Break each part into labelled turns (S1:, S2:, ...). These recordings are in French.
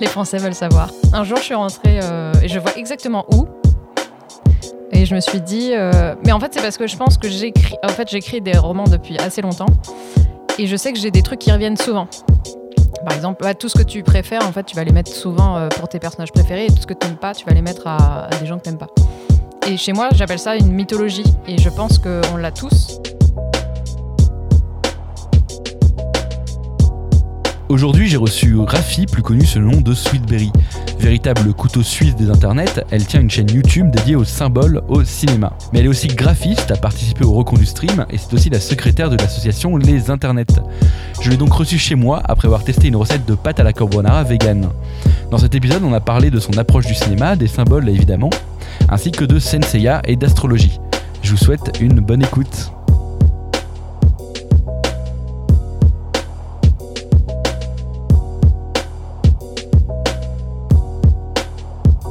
S1: Les Français veulent savoir. Un jour, je suis rentrée euh, et je vois exactement où. Et je me suis dit, euh, mais en fait, c'est parce que je pense que j'écris. En fait, j'écris des romans depuis assez longtemps. Et je sais que j'ai des trucs qui reviennent souvent. Par exemple, bah, tout ce que tu préfères, en fait, tu vas les mettre souvent euh, pour tes personnages préférés. Et tout ce que tu n'aimes pas, tu vas les mettre à, à des gens que tu n'aimes pas. Et chez moi, j'appelle ça une mythologie. Et je pense qu'on l'a tous.
S2: Aujourd'hui, j'ai reçu Rafi, plus connue sous le nom de Sweetberry. Véritable couteau suisse des internets, elle tient une chaîne YouTube dédiée aux symboles au cinéma. Mais elle est aussi graphiste, a participé au Recon du Stream et c'est aussi la secrétaire de l'association Les Internets. Je l'ai donc reçue chez moi après avoir testé une recette de pâte à la carbonara vegan. Dans cet épisode, on a parlé de son approche du cinéma, des symboles évidemment, ainsi que de senseiya et d'astrologie. Je vous souhaite une bonne écoute.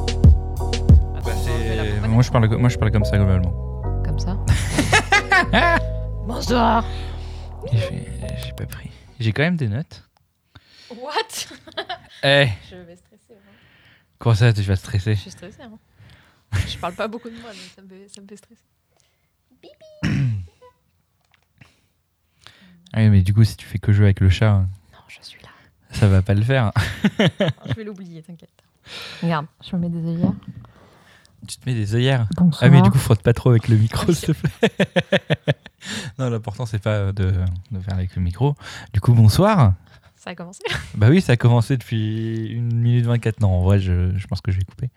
S1: Attends, on va la
S3: C'est-
S1: compagne.
S3: moi, je parle, moi je parle comme ça globalement.
S1: Comme ça. Bonsoir.
S3: Et J'ai j'ai pas pris. J'ai quand même des notes.
S1: What
S3: Eh,
S1: Je vais stresser. hein.
S3: comment ça tu vas stresser
S1: Je suis stressée. hein. Je parle pas beaucoup de moi, donc ça me fait, ça me fait stresser.
S3: Ah oui, mais du coup, si tu fais que jouer avec le chat, hein,
S1: Non, je suis là.
S3: ça va pas le faire.
S1: Je vais l'oublier, t'inquiète. Regarde, je me mets des œillères.
S3: tu te mets des œillères.
S1: Bonsoir.
S3: Ah mais du coup, frotte pas trop avec le micro, s'il te plaît. non, l'important c'est pas de, de faire avec le micro. Du coup, bonsoir.
S1: Ça a commencé.
S3: Bah oui, ça a commencé depuis une minute 24. Non, en vrai, je, je pense que je vais couper.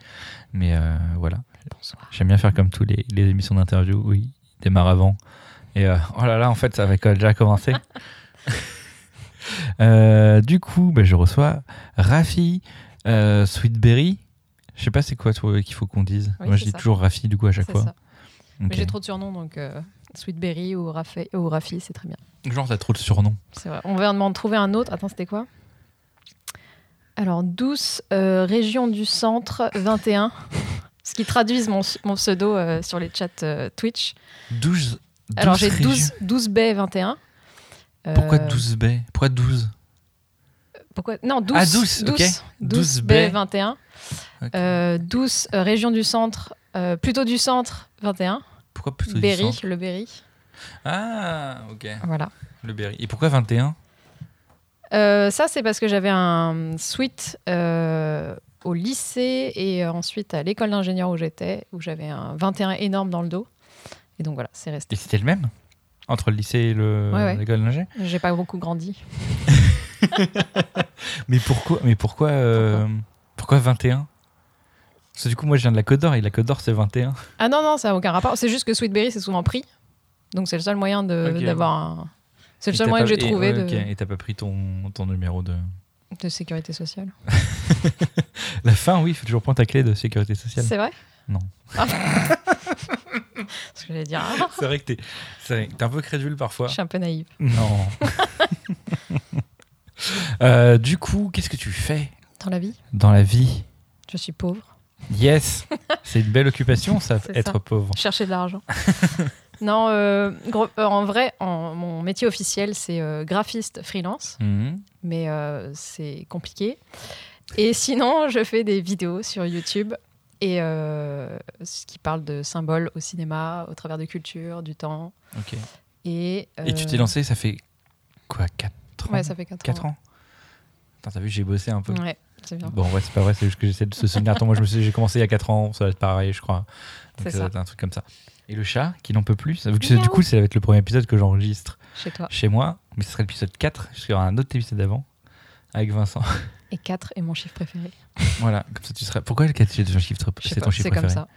S3: Mais euh, voilà.
S1: Bonsoir.
S3: J'aime bien faire comme tous les, les émissions d'interview où ils démarrent avant. Et euh, oh là là, en fait, ça avait déjà commencé. Euh, du coup, bah, je reçois Rafi euh, Sweetberry. Je sais pas c'est quoi toi, qu'il faut qu'on dise.
S1: Oui,
S3: Moi, je
S1: c'est
S3: dis
S1: ça.
S3: toujours Rafi du coup à chaque
S1: C'est
S3: fois.
S1: ça. Mais
S3: Ok.
S1: j'ai trop de surnoms, donc euh, Sweetberry ou, Raffé- ou Raffi, c'est très bien.
S3: Genre, t'as trop de surnoms.
S1: C'est vrai. On va en trouver un autre. Attends, c'était quoi Alors, douce euh, région du centre 21. Ce qui traduisent mon, mon pseudo euh, sur les chats euh, Twitch.
S3: 12.
S1: Alors, j'ai 12, 12 baies 21. Euh,
S3: Pourquoi 12 baies Pourquoi 12
S1: Pourquoi Non, 12.
S3: Ah, 12,
S1: 12,
S3: ok.
S1: 12
S3: 12
S1: baies
S3: baies.
S1: 21.
S3: Ok.
S1: Euh, 12 euh, région du centre, euh, plutôt du centre 21.
S3: Pourquoi plutôt du
S1: Berry,
S3: centre
S1: le Berry.
S3: Ah, ok.
S1: Voilà.
S3: Le Berry. Et pourquoi 21
S1: Euh, ça, c'est parce que j'avais un suite euh, au lycée et euh, ensuite à l'école d'ingénieur où j'étais, où j'avais un 21 énorme dans le dos. Et donc voilà, c'est resté.
S3: Et c'était le même Entre le lycée et le-
S1: Ouais, ouais.
S3: l'école d'ingé
S1: J'ai pas beaucoup grandi.
S3: Mais pourquoi Mais pourquoi euh, pourquoi 21 Parce que du coup, moi, je viens de la Côte d'Or et la Côte d'Or, c'est 21.
S1: Ah non, non, ça n'a aucun rapport. C'est juste que Sweetberry, c'est souvent pris. Donc c'est le seul moyen de-
S3: Ok.
S1: d'avoir un. C'est le
S3: Et
S1: seul
S3: t'as
S1: moyen
S3: pas-
S1: que j'ai
S3: et-
S1: trouvé
S3: ouais,
S1: de,
S3: ok. Et t'as pas pris ton, ton numéro de.
S1: de sécurité sociale.
S3: La fin, oui, il faut toujours prendre ta clé de sécurité sociale.
S1: C'est vrai
S3: Non.
S1: Ah. Parce que j'allais dire, ah,
S3: C'est vrai que t'es c'est vrai que t'es un peu crédule parfois.
S1: je suis un peu naïve.
S3: Non. Euh, du coup, qu'est-ce que tu fais
S1: Dans la vie,
S3: dans la vie
S1: je suis pauvre.
S3: Yes C'est une belle occupation, ça,
S1: C'est
S3: être
S1: ça.
S3: pauvre.
S1: Chercher de l'argent. non, euh, gros- euh, en vrai, en- mon métier officiel, c'est euh, graphiste freelance,
S3: Mhm.
S1: mais euh, c'est compliqué. Et sinon, je fais des vidéos sur YouTube et euh, ce qui parle de symboles au cinéma, au travers de culture, du temps.
S3: Ok.
S1: Et,
S3: Et tu t'es
S1: euh,
S3: lancé, ça fait quoi 4 ans
S1: Ouais, ça fait 4,
S3: 4 ans Attends, t'as vu, j'ai bossé un peu.
S1: Ouais, c'est bien.
S3: Bon, ouais, c'est pas vrai, c'est juste que j'essaie de se souvenir. Attends, moi, je me suis j'ai commencé il y a 4 ans, ça va être pareil, je crois.
S1: C'est
S3: Donc, ça
S1: ça.
S3: va être un truc comme ça. Et le chat, qui n'en peut plus, ça- vu que c'est- du coup, ça va être le premier épisode que j'enregistre
S1: Chez toi.
S3: chez moi, mais ce serait l'épisode 4, parce qu'il y aura un autre épisode avant, avec Vincent.
S1: Et 4 est mon chiffre préféré.
S3: voilà, comme ça, tu serais. Pourquoi le 4 c'est ton chiffre,
S1: Je sais
S3: c'est
S1: pas,
S3: ton chiffre
S1: C'est comme
S3: préféré
S1: ça.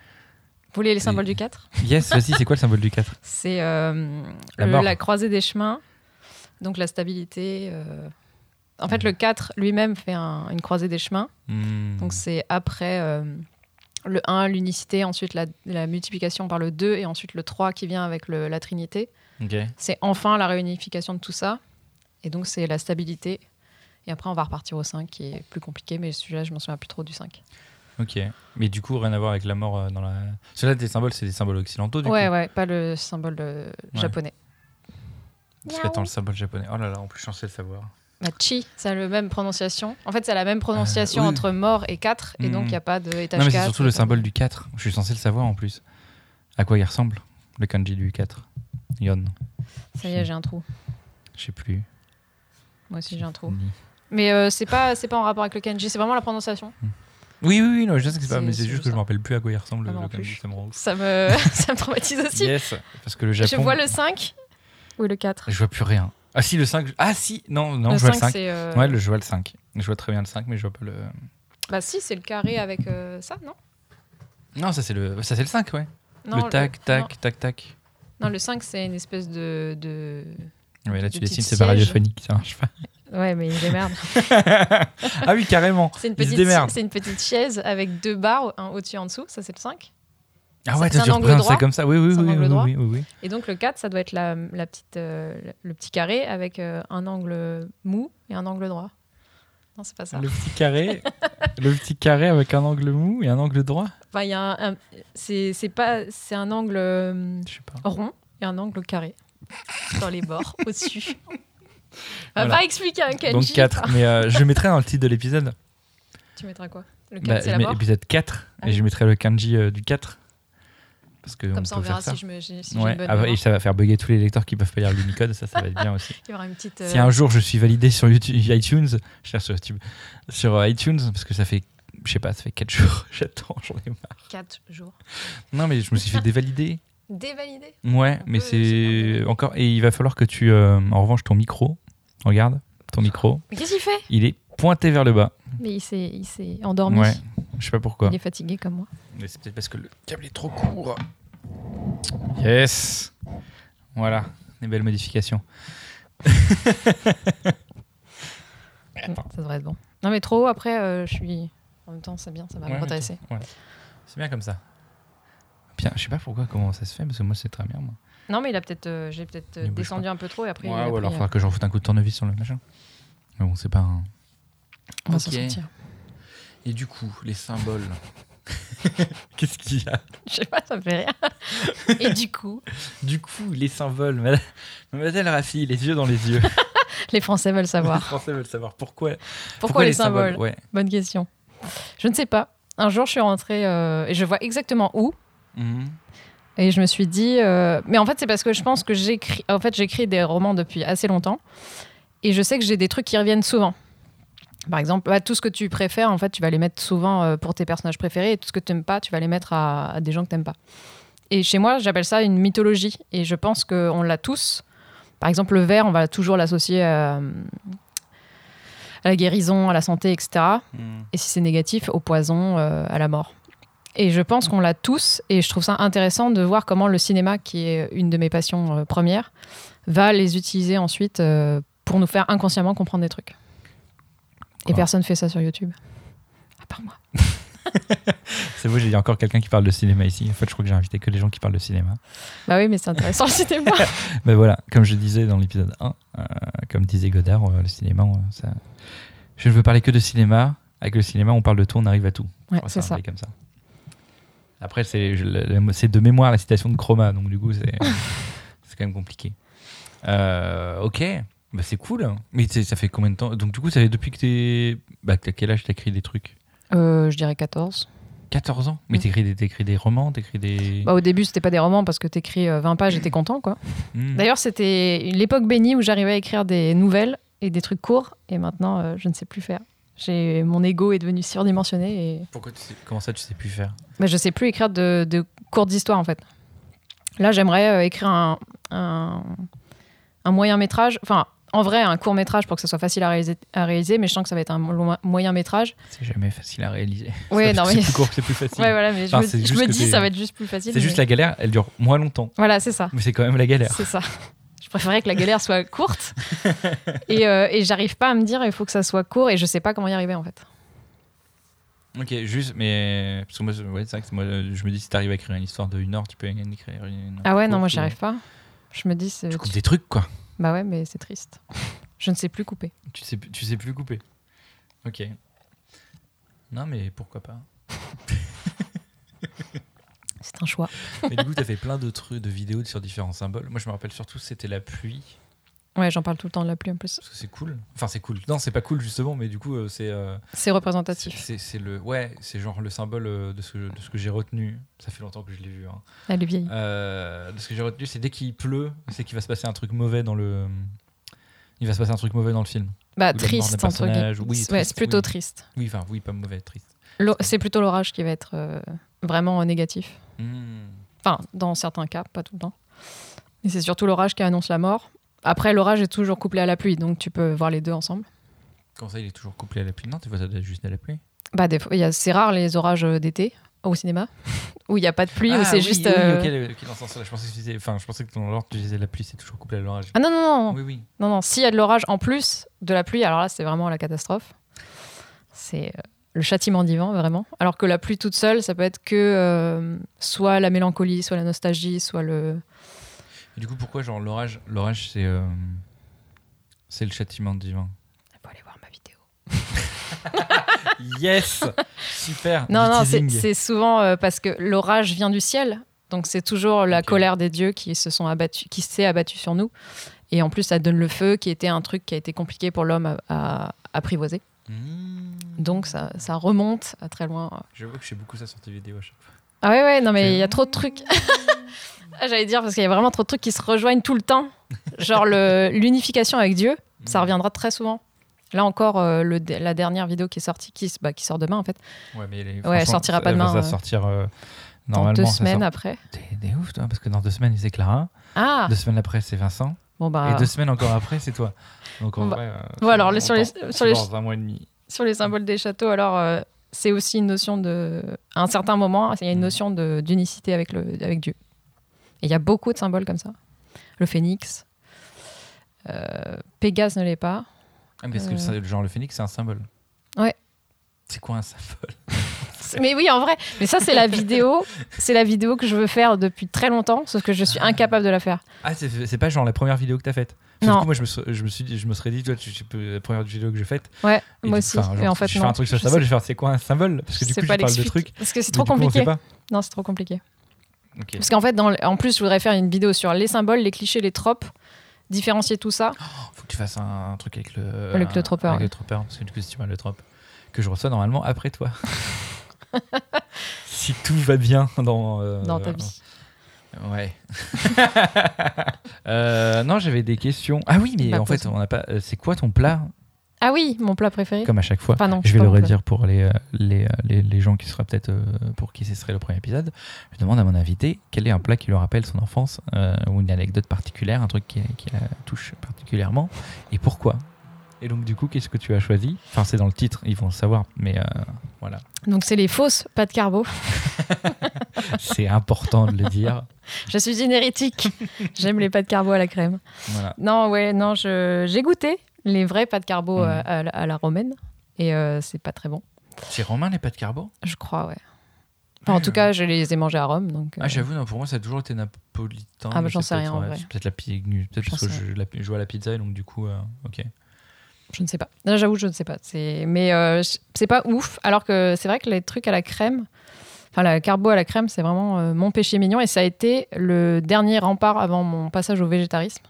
S1: Vous voulez les symboles du 4
S3: Yes, vas-y, c'est quoi le symbole du 4
S1: C'est euh,
S3: La
S1: le- la,
S3: mort.
S1: croisée des chemins, donc la stabilité. euh. En fait, le 4 lui-même fait un- une croisée des chemins.
S3: Hmm.
S1: Donc c'est après euh, le 1, l'unicité, ensuite la, la multiplication par le 2 et ensuite le 3 qui vient avec le- la trinité.
S3: Ok.
S1: C'est enfin la réunification de tout ça. Et donc c'est la stabilité. Et après, on va repartir au 5 qui est plus compliqué, mais celui-là, je m'en souviens plus trop du 5.
S3: Ok. Mais du coup, rien à voir avec la mort euh, dans la. Cela, tes symboles, c'est des symboles occidentaux, du
S1: ouais,
S3: coup.
S1: ouais, pas le symbole euh,
S3: Ouais.
S1: japonais.
S3: Parce qu'attends, le symbole japonais. Oh là là, en plus, je suis censé le savoir.
S1: Bah, chi, ça a la même prononciation. En fait, ça a la même prononciation
S3: Ah, oui.
S1: entre mort et 4, et donc il
S3: Mm.
S1: n'y a pas de étage
S3: Non, mais c'est
S1: 4.
S3: surtout le symbole du 4. Je suis censé le savoir en plus. À quoi il ressemble, le kanji du 4 Yon,
S1: Ça y est, j'ai un trou.
S3: je sais plus.
S1: Moi aussi, j'ai un
S3: Hmm.
S1: trou. Mais euh, c'est pas, c'est pas en rapport avec le kanji, c'est vraiment la prononciation.
S3: Oui, oui, oui, non, je sais que c'est pas,
S1: C'est-
S3: mais c'est
S1: c'est
S3: juste que
S1: ça.
S3: je me rappelle plus à quoi il ressemble
S1: Ah non,
S3: le
S1: en
S3: kanji
S1: plus.
S3: Samuro.
S1: Ça me, ça me traumatise aussi.
S3: Yes, parce que le Japon.
S1: Je vois le 5.
S4: Oui, le 4.
S3: Je vois plus rien. Ah si, le 5. je- Ah si, non, non,
S1: le
S3: je vois le 5.
S1: c'est. euh,
S3: Ouais, le- je vois le 5. Je vois très bien le 5, mais je vois pas le.
S1: Bah si, c'est le carré avec euh, ça, non
S3: Non, ça c'est le, ça, c'est le 5, ouais.
S1: non
S3: le tac,
S1: non.
S3: tac, tac, tac.
S1: Non, le 5, c'est une espèce de. de...
S3: Mais là,
S1: Des
S3: tu
S1: petites
S3: dessines, c'est pas
S1: sièges.
S3: radiophonique, ça marche pas.
S1: Ouais, mais il démerde.
S3: ah oui, carrément.
S1: c'est une,
S3: Il se
S1: petite-
S3: démerde.
S1: c'est une petite chaise avec deux barres, un au-dessus et en dessous, ça c'est le 5.
S3: Ah ouais,
S1: c'est
S3: t'as
S1: un
S3: dû
S1: angle
S3: reprendre ça
S1: droit.
S3: comme ça. Oui, oui,
S1: C'est un
S3: oui,
S1: angle
S3: oui,
S1: droit.
S3: oui, oui, oui.
S1: Et donc le 4, ça doit être la, la petite, euh, le- le petit carré avec euh, un angle mou et un angle droit. Non, c'est pas ça.
S3: Le petit carré, le petit carré avec un angle mou et un angle droit.
S1: Enfin, il y a un, un- c'est c'est pas, c'est un angle euh,
S3: Je sais pas.
S1: rond et un angle carré dans les bords, au-dessus. On va
S3: Voilà.
S1: pas expliquer un kanji.
S3: Donc 4, mais euh, je le mettrai dans le titre de l'épisode.
S1: Tu mettras quoi Le 4,
S3: Bah,
S1: c'est
S3: je
S1: la
S3: mets
S1: mort.
S3: épisode 4
S1: Ah
S3: et
S1: oui.
S3: je mettrai le kanji euh, du 4. Parce que on
S1: Comme ça, on
S3: peut
S1: verra
S3: faire ça.
S1: si je me, j'ai- si j'ai
S3: Ouais,
S1: une bonne
S3: ah,
S1: mémoire.
S3: et ça va faire bugger tous les lecteurs qui peuvent pas lire l'unicode, ça, ça va être bien aussi.
S1: Il y aura une petite.
S3: Si
S1: euh,
S3: un jour je suis validé sur YouTube, iTunes, je cherche sur YouTube, sur euh, iTunes, parce que ça fait, je sais pas, ça fait 4 jours, j'attends, j'en ai marre.
S1: 4 euh, jours.
S3: Non, mais je me suis fait dévalider.
S1: Dévalidé
S3: Ouais, mais
S1: peut, c'est
S3: c'est encore. Et il va falloir que tu. euh, en revanche, ton micro, regarde, ton micro,
S1: Mais qu'est-ce qu'il fait
S3: il est pointé vers le bas.
S1: Mais il s'est, il s'est endormi.
S3: Ouais, bah. je sais pas pourquoi.
S1: Il est fatigué comme moi.
S3: Mais c'est peut-être parce que le câble est trop court. Yes Voilà, des belles modifications. Attends.
S1: Ça devrait être bon. Non, mais trop haut, après, euh, je suis. En même temps, c'est bien, ça va me
S3: Ouais,
S1: redresser.
S3: mais t'es- ouais. C'est bien comme ça. Bien, je sais pas pourquoi, comment ça se fait, parce que moi c'est très bien. Moi.
S1: Non, mais il a peut-être, euh, j'ai peut-être euh,
S3: Il bouge
S1: descendu un peu trop et après. il a
S3: ouais, ou
S1: pris,
S3: alors
S1: euh,
S3: faudra que j'en foute un coup de tournevis sur le machin. Mais bon, c'est pas un.
S1: on va s'en
S3: Ok.
S1: sortir.
S3: Et du coup, les symboles. Qu'est-ce qu'il y a
S1: Je sais pas, ça me fait rien. et du coup,
S3: Du coup, les symboles. madame- Mademoiselle Rafi, les yeux dans les yeux.
S1: les Français veulent
S3: les
S1: savoir.
S3: Français veulent savoir pourquoi.
S1: Pourquoi, les, symboles,
S3: Ouais.
S1: Bonne question. Je ne sais pas. Un jour, je suis rentrée euh, et je vois exactement où.
S3: Mhm.
S1: Et je me suis dit, euh, mais en fait, c'est parce que je pense que j'écris, en fait, j'écris des romans depuis assez longtemps, et je sais que j'ai des trucs qui reviennent souvent. Par exemple, bah, tout ce que tu préfères, en fait, tu vas les mettre souvent euh, pour tes personnages préférés, et tout ce que tu n'aimes pas, tu vas les mettre à, à des gens que t'aimes pas. Et chez moi, j'appelle ça une mythologie, et je pense qu'on l'a tous. Par exemple, le vert, on va toujours l'associer à, à la guérison, à la santé, etc.
S3: Mhm.
S1: Et si c'est négatif, au poison, euh, à la mort. Et je pense qu'on l'a tous, et je trouve ça intéressant de voir comment le cinéma, qui est une de mes passions euh, premières, va les utiliser ensuite euh, pour nous faire inconsciemment comprendre des trucs. Et
S3: Quoi
S1: personne fait ça sur YouTube. À part moi.
S3: C'est beau, j'ai encore quelqu'un qui parle de cinéma ici. En fait, je crois que j'ai invité que les gens qui parlent de cinéma.
S1: Bah oui, mais c'est intéressant le cinéma.
S3: Mais voilà, comme je disais dans l'épisode 1, euh, comme disait Godard, euh, le cinéma, on- ça... je ne veux parler que de cinéma. Avec le cinéma, on parle de tout, on arrive à tout.
S1: Ouais,
S3: Enfin,
S1: c'est
S3: un
S1: ça.
S3: truc Comme ça. Après, c'est je- la- la- c'est de mémoire la citation de Chroma, donc du coup, c'est c'est quand même compliqué. Euh, ok, bah, c'est cool. Mais c'est- ça fait combien de temps Donc du coup, ça fait depuis que t'es... Bah, t'as quel âge t'écris des trucs
S1: Euh, je dirais 14.
S3: 14 ans Mais
S1: Mm.
S3: t'écris des, t'écris des romans, t'écris des...
S1: Bah, au début, c'était pas des romans parce que t'écris euh, 20 pages et t'es content, quoi.
S3: Mm.
S1: D'ailleurs, c'était l'époque bénie où j'arrivais à écrire des nouvelles et des trucs courts, et maintenant, euh, je ne sais plus faire. J'ai mon ego est devenu surdimensionné et
S3: Pourquoi tu sais- Comment ça, tu sais plus faire
S1: Bah, je sais plus écrire de, de courtes histoires en fait. Là, j'aimerais euh, écrire un, un, moyen métrage, enfin en vrai un court métrage pour que ça soit facile à réaliser, à réaliser mais je sens que ça va être un long- moyen métrage.
S3: C'est jamais facile à réaliser.
S1: Ouais,
S3: Ça,
S1: non,
S3: c'est
S1: mais-
S3: plus court, c'est plus facile.
S1: Ouais, voilà, mais je
S3: Enfin,
S1: me-
S3: c'est
S1: je
S3: juste
S1: me,
S3: que
S1: dis
S3: t'es-
S1: ça va être juste plus facile.
S3: C'est juste
S1: mais-
S3: la galère, elle dure moins longtemps,
S1: Voilà, c'est ça.
S3: mais c'est quand même la galère.
S1: C'est ça. Je préférais que la galère soit courte et, euh, et j'arrive pas à me dire il faut que ça soit court et je sais pas comment y arriver en fait.
S3: Ok, juste, mais. Parce que moi, ouais, c'est vrai que moi, euh, je me dis, si t'arrives à écrire une histoire de une heure, tu peux en écrire une.
S1: Ah ouais, non, moi j'y
S3: courte,
S1: arrive pas. Je me dis, c'est-
S3: ou- Tu coupes des trucs, quoi.
S1: bah ouais, mais c'est triste. Je ne sais plus couper.
S3: Tu sais, tu sais plus couper. Ok. Non, mais pourquoi pas.
S1: C'est un choix.
S3: mais du coup, t'as fait plein de trucs, de vidéos sur différents symboles. Moi, je me rappelle surtout, c'était la pluie.
S1: Ouais, j'en parle tout le temps de la pluie en plus.
S3: Parce que c'est cool. Enfin, c'est cool. Non, c'est pas cool justement, mais du coup, euh, c'est. euh,
S1: C'est représentatif.
S3: c'est c'est le. Ouais, c'est genre le symbole euh, de ce que, de ce que j'ai retenu. Ça fait longtemps que je l'ai vu. hein.
S1: Elle est vieille.
S3: Euh, de ce que j'ai retenu, c'est dès qu'il pleut, c'est qu'il va se passer un truc mauvais dans le. Il va se passer un truc mauvais dans le film.
S1: bah,
S3: ou la mort d'un
S1: triste, entre guillemets.
S3: personnage, oui,
S1: Ouais,
S3: triste,
S1: c'est plutôt
S3: oui.
S1: triste.
S3: Oui, enfin, oui, pas mauvais, triste.
S1: L'o- C'est plutôt l'orage qui va être euh, vraiment euh, négatif.
S3: Hmm.
S1: Enfin, dans certains cas, pas tout le temps. Et c'est surtout l'orage qui annonce la mort. Après, l'orage est toujours couplé à la pluie, donc tu peux voir les deux ensemble.
S3: Quand ça, il est toujours couplé à la pluie. Non, tu vois, ça doit être juste à la pluie.
S1: Bah, des fois, il y a- c'est rare les orages euh, d'été au cinéma, où il n'y a pas de pluie,
S3: Ah,
S1: où c'est
S3: oui,
S1: juste.
S3: oui,
S1: euh,
S3: ok, ok, dans ce sens-là, je pensais que tu disais- enfin, je pensais que dans l'ordre, tu disais la pluie, c'est toujours couplé à l'orage.
S1: Ah non, non, non,
S3: oui, oui.
S1: non, non. S'il y a de l'orage en plus de la pluie, alors là, c'est vraiment la catastrophe. C'est euh, le châtiment divin, vraiment. Alors que la pluie toute seule, ça peut être que euh, soit la mélancolie, soit la nostalgie, soit le.
S3: Et du coup, pourquoi, genre, l'orage, l'orage, c'est. euh, C'est le châtiment divin.
S1: Faut aller voir ma vidéo.
S3: Yes Super
S1: Non,
S3: du
S1: non, c'est-
S3: teasing.
S1: c'est souvent euh, parce que l'orage vient du ciel. Donc c'est toujours la
S3: Ok.
S1: colère des dieux qui se sont abattus, qui s'est abattue sur nous. Et en plus, ça donne le feu, qui était un truc qui a été compliqué pour l'homme à, à apprivoiser.
S3: Hmm.
S1: Donc ça, ça remonte à très loin.
S3: Je vois que je fais beaucoup ça sur tes vidéos à chaque fois.
S1: Ah ouais, ouais, non, mais
S3: C'est-
S1: il y a trop de trucs. Ah, J'allais dire, parce qu'il y a vraiment trop de trucs qui se rejoignent tout le temps. Genre le- l'unification avec Dieu,
S3: Hmm.
S1: ça reviendra très souvent. Là encore, euh, le, dé- la dernière vidéo qui est sortie, qui, s- bah, qui sort demain en fait,
S3: Ouais, mais elle, est-
S1: Ouais, elle
S3: franchement,
S1: sortira pas
S3: elle va
S1: demain, euh,
S3: sortir euh,
S1: dans
S3: normalement.
S1: deux
S3: ça
S1: semaines
S3: sort-
S1: après.
S3: T'es t'es ouf, toi, parce que dans deux semaines, c'est Clara.
S1: Ah,
S3: Deux semaines après, c'est Vincent.
S1: bon bah.
S3: Et deux semaines encore après, c'est toi. Donc en
S1: Bah,
S3: vrai, euh,
S1: bon, alors,
S3: on
S1: sur les-
S3: t'en-
S1: sur les-
S3: dans un mois et demi.
S1: Sur les symboles des châteaux, alors euh, c'est aussi une notion de. À un certain moment, il y a
S3: Mm.
S1: une notion de- d'unicité avec, le, avec Dieu. Et il y a beaucoup de symboles comme ça. Le phénix. Euh, Pégase ne l'est pas.
S3: Ah, mais parce que
S1: Euh.
S3: le sy- genre le phénix, c'est un symbole.
S1: Ouais.
S3: C'est quoi un symbole
S1: Mais oui, en vrai. Mais ça, c'est la vidéo. C'est la vidéo que je veux faire depuis très longtemps, sauf que je suis incapable de la faire.
S3: Ah, c'est c'est pas genre la première vidéo que t'as faite. Parce
S1: Non.
S3: que Du coup, moi, je me, suis, je, me suis dit, je me serais dit, toi, tu, tu peux- la première vidéo que j'ai faite.
S1: Ouais,
S3: et
S1: moi
S3: du coup,
S1: aussi.
S3: enfin, genre,
S1: et en fait,
S3: je
S1: non.
S3: fais un truc sur le
S1: je
S3: symbole,
S1: sais-
S3: je vais faire c'est quoi un symbole Parce que
S1: je
S3: du
S1: sais
S3: coup, je
S1: pas
S3: parle de
S1: l'expliquer.
S3: trucs.
S1: Parce que c'est
S3: mais
S1: trop
S3: du coup, on
S1: compliqué.
S3: sait pas.
S1: non, c'est trop compliqué.
S3: Ok.
S1: Parce qu'en fait, dans le- en plus, je voudrais faire une vidéo sur les symboles, les clichés, les tropes, différencier tout ça.
S3: Faut que tu fasses un, un truc avec le.
S1: Le
S3: un-
S1: Clotroper,
S3: Avec
S1: ouais.
S3: le Clotroper, parce que du coup, si tu m'as le trop que je reçois normalement après toi. si tout va bien dans. euh,
S1: dans ta vie.
S3: Ouais. Euh, non, j'avais des questions. Ah oui, mais
S1: Bah,
S3: en fait,
S1: pose-moi.
S3: on n'a pas. euh, C'est quoi ton plat
S1: Ah oui, mon plat préféré.
S3: Comme à chaque fois.
S1: Enfin, non,
S3: Je
S1: c'est
S3: vais
S1: pas
S3: le
S1: mon plat.
S3: redire pour les, euh, les, euh, les, les gens qui seraient peut-être euh, pour qui ce serait le premier épisode. Je demande à mon invité quel est un plat qui lui rappelle son enfance euh, ou une anecdote particulière, un truc qui, qui la touche particulièrement et pourquoi. Et donc, du coup, qu'est-ce que tu as choisi Enfin, c'est dans le titre, ils vont le savoir, mais euh, voilà.
S1: Donc, c'est les fausses pâtes carbo.
S3: c'est important de le dire.
S1: Je suis une hérétique. J'aime les pâtes carbo à la crème.
S3: Voilà.
S1: Non, ouais, non, je- j'ai goûté les vraies pâtes carbo
S3: Mhm.
S1: euh, à, la- à la romaine. Et euh, c'est pas très bon,
S3: C'est Romain, les pâtes carbo
S1: je crois, ouais. Enfin, en
S3: Ouais,
S1: tout
S3: ouais.
S1: cas, je les ai mangés à Rome. Donc, euh,
S3: Ah, j'avoue, non, pour moi, ça a toujours été napolitain.
S1: Ah, bah,
S3: mais
S1: j'en
S3: c'est
S1: sais
S3: peut-être,
S1: rien, en
S3: ouais,
S1: vrai.
S3: c'est Peut-être la pizza. Peut-être
S1: J'en
S3: parce que
S1: sais
S3: je, la- je vois la pizza et donc, du coup, euh, ok.
S1: Je ne sais pas. Là, j'avoue, je ne sais pas. C'est, mais euh, je- c'est pas ouf. Alors que c'est vrai que les trucs à la crème, enfin la carbo à la crème, c'est vraiment euh, mon péché mignon et ça a été le dernier rempart avant mon passage au végétarisme.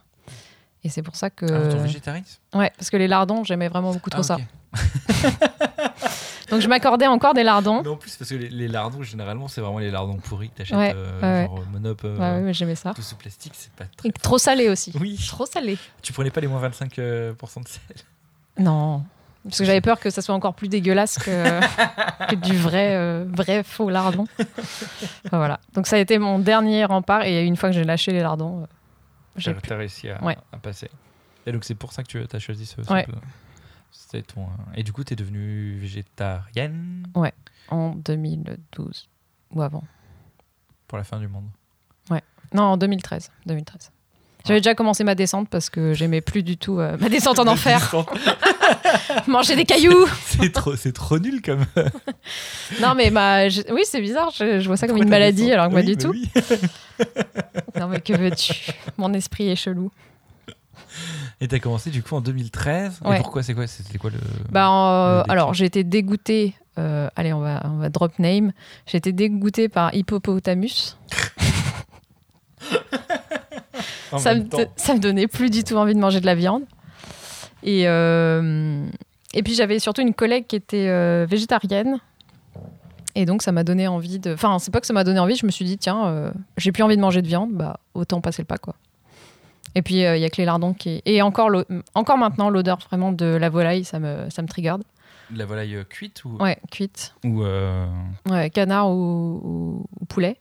S1: Et c'est pour ça que,
S3: Ah, ton végétarisme
S1: ouais, parce que les lardons, j'aimais vraiment beaucoup Euh, trop
S3: Ah, ok.
S1: ça. Donc je m'accordais encore des lardons.
S3: Mais en plus, parce que les, les lardons, généralement, c'est vraiment les lardons pourris que t'achètes,
S1: Ouais,
S3: euh,
S1: ouais,
S3: genre euh, monop, euh,
S1: Ouais, ouais, mais j'aimais ça.
S3: tout sous plastique, c'est pas très.
S1: Et trop salé aussi.
S3: Oui,
S1: Trop salé.
S3: tu prenais pas les moins 25% euh, pourcent de sel.
S1: Non. Parce que j'avais peur que ça soit encore plus dégueulasse que, que du vrai, euh, vrai faux lardon. Enfin, voilà. Donc ça a été mon dernier rempart. Et une fois que j'ai lâché les lardons, euh, j'ai
S3: T'as
S1: plus.
S3: t'as réussi à,
S1: Ouais.
S3: à passer. Et donc, c'est pour ça que tu as choisi ce. ce
S1: Ouais.
S3: plat. C'était ton. euh, Et du coup, t'es devenue végétarienne
S1: En 2012 ou avant.
S3: pour la fin du monde.
S1: Non, en 2013. 2013. J'avais déjà commencé ma descente parce que j'aimais plus du tout euh, ma descente en enfer, manger des cailloux.
S3: C'est trop, c'est trop nul comme.
S1: Non mais ma, je- oui c'est bizarre, je, je vois ça comme
S3: Pourquoi
S1: une
S3: t'as
S1: maladie
S3: descendu
S1: alors que pas du
S3: Oui, bah
S1: tout.
S3: oui.
S1: Non mais que veux-tu, mon esprit est chelou.
S3: Et t'as commencé du coup en 2013.
S1: Ouais.
S3: Et pourquoi c'est quoi C'était quoi le.
S1: Bah, en-
S3: Le déclic.
S1: alors, j'ai été dégoûtée. euh, allez, on va, on va drop name. J'ai été dégoûtée par Hippopotamus.
S3: en
S1: ça, me,
S3: même temps.
S1: ça me donnait plus du tout envie de manger de la viande. Et, euh, et puis j'avais surtout une collègue qui était euh, végétarienne. Et donc ça m'a donné envie de. Enfin, c'est pas que ça m'a donné envie, je me suis dit, tiens, euh, j'ai plus envie de manger de viande, bah autant passer le pas, quoi. Et puis euh, il y a que les lardons qui. est- Et encore, l'o- encore maintenant, l'odeur vraiment de la volaille, ça me, ça me triggerde.
S3: De La volaille euh, cuite ou,
S1: Ouais, cuite.
S3: ou euh,
S1: Ouais, canard ou, ou- ou poulet.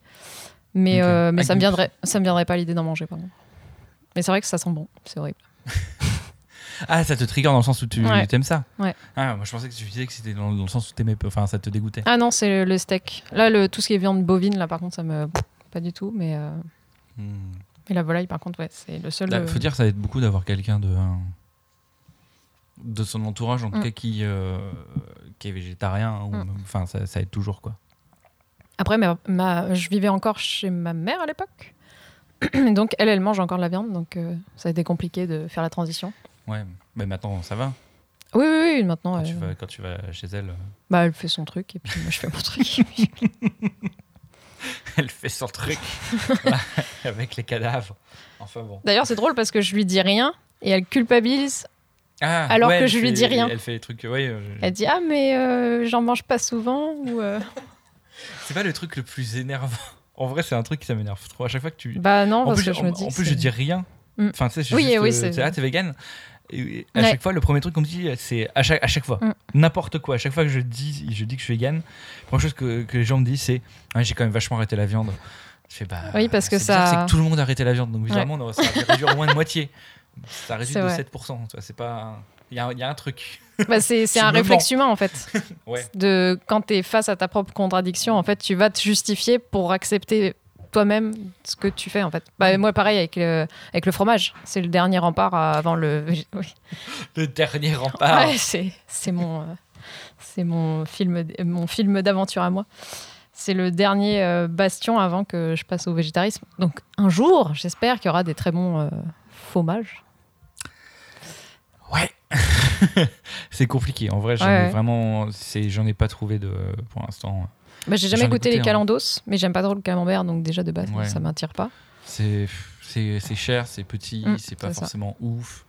S1: Mais,
S3: Ok.
S1: euh, mais ça, me
S3: Agneau.
S1: viendrait, ça me viendrait pas l'idée d'en manger, pardon. Mais c'est vrai que ça sent bon, c'est horrible.
S3: Ah, ça te trigger dans le sens où tu
S1: Ouais.
S3: aimes ça
S1: Ouais.
S3: Ah, moi je pensais que tu disais que c'était dans, dans le sens où t'aimais pas. Enfin, ça te dégoûtait.
S1: Ah non, c'est le, le steak. Là, le, tout ce qui est viande bovine, là, par contre, ça me. Pas du tout, mais, euh,
S3: Hmm.
S1: mais la volaille, par contre, ouais, c'est le seul.
S3: Là,
S1: euh,
S3: faut dire que ça aide beaucoup d'avoir quelqu'un de euh, de son entourage en tout
S1: Mm.
S3: cas qui euh, qui est végétarien ou
S1: Mm.
S3: même- enfin ça, ça aide toujours quoi.
S1: Après, ma, ma- je vivais encore chez ma mère à l'époque. donc, elle, elle mange encore de la viande, donc euh, ça a été compliqué de faire la transition.
S3: Ouais, mais maintenant ça va.
S1: Oui, oui, oui, maintenant,
S3: Quand,
S1: elle,
S3: Ah, tu vas, quand tu vas chez elle, euh,
S1: bah, elle fait son truc, et puis moi, je fais mon truc.
S3: elle fait son truc là, avec les cadavres. Enfin bon.
S1: D'ailleurs, c'est drôle parce que je lui dis rien, et elle culpabilise.
S3: Ah,
S1: Alors que
S3: elle
S1: je lui
S3: fait-
S1: dis rien.
S3: Elle fait les trucs. ouais, euh,
S1: Elle dit Ah, mais euh, j'en mange pas souvent, ou. euh,
S3: c'est pas le truc le plus énervant. En vrai, c'est un truc qui ça m'énerve trop. À chaque fois que tu
S1: Bah non,
S3: en
S1: parce
S3: plus,
S1: que
S3: je,
S1: je me dis.
S3: en
S1: que
S3: plus, je
S1: c'est-
S3: dis rien.
S1: Mm.
S3: Enfin, tu sais, je
S1: Oui,
S3: juste,
S1: oui,
S3: euh,
S1: c'est-
S3: tu sais, ah, t'es vegan. Et à
S1: Ouais.
S3: chaque fois, le premier truc qu'on me dit, c'est à chaque, à chaque fois,
S1: Mm.
S3: n'importe quoi. À chaque fois que je dis, je dis que je suis vegan, la première chose que, que les gens me disent, c'est Ah, j'ai quand même vachement arrêté la viande. Je fais bah.
S1: Oui, parce que
S3: c'est bizarre,
S1: ça-
S3: C'est que tout le monde a arrêté la viande, donc bizarrement, on a- ça a réduit au moins de moitié. Ça réduit
S1: C'est
S3: de
S1: vrai.
S3: 7%. tu vois, C'est pas. Il y, a- il y a un truc.
S1: Bah, c'est c'est
S3: Tu
S1: un
S3: me
S1: réflexe humain en fait.
S3: Ouais.
S1: De quand tu es face à ta propre contradiction, en fait, tu vas te justifier pour accepter toi-même ce que tu fais en fait. Bah, moi pareil avec le, avec le fromage, c'est le dernier rempart à- avant le végé- oui.
S3: Le dernier rempart.
S1: Ouais, c'est c'est mon euh, c'est mon film d- mon film d'aventure à moi. C'est le dernier euh, bastion avant que je passe au végétarisme. Donc un jour, j'espère qu'il y aura des très bons euh, fromages.
S3: Ouais. c'est compliqué. En vrai, j'en
S1: Ouais,
S3: ai
S1: ouais.
S3: vraiment. c'est- J'en ai pas trouvé de pour l'instant.
S1: Bah, j'ai
S3: J'en
S1: jamais
S3: ai
S1: goûté,
S3: goûté
S1: les
S3: un.
S1: calendos, mais j'aime pas trop le camembert, donc déjà de base,
S3: Ouais.
S1: ça m'attire pas.
S3: C'est c'est c'est cher, c'est petit,
S1: Mm,
S3: c'est pas
S1: c'est ça.
S3: forcément ouf.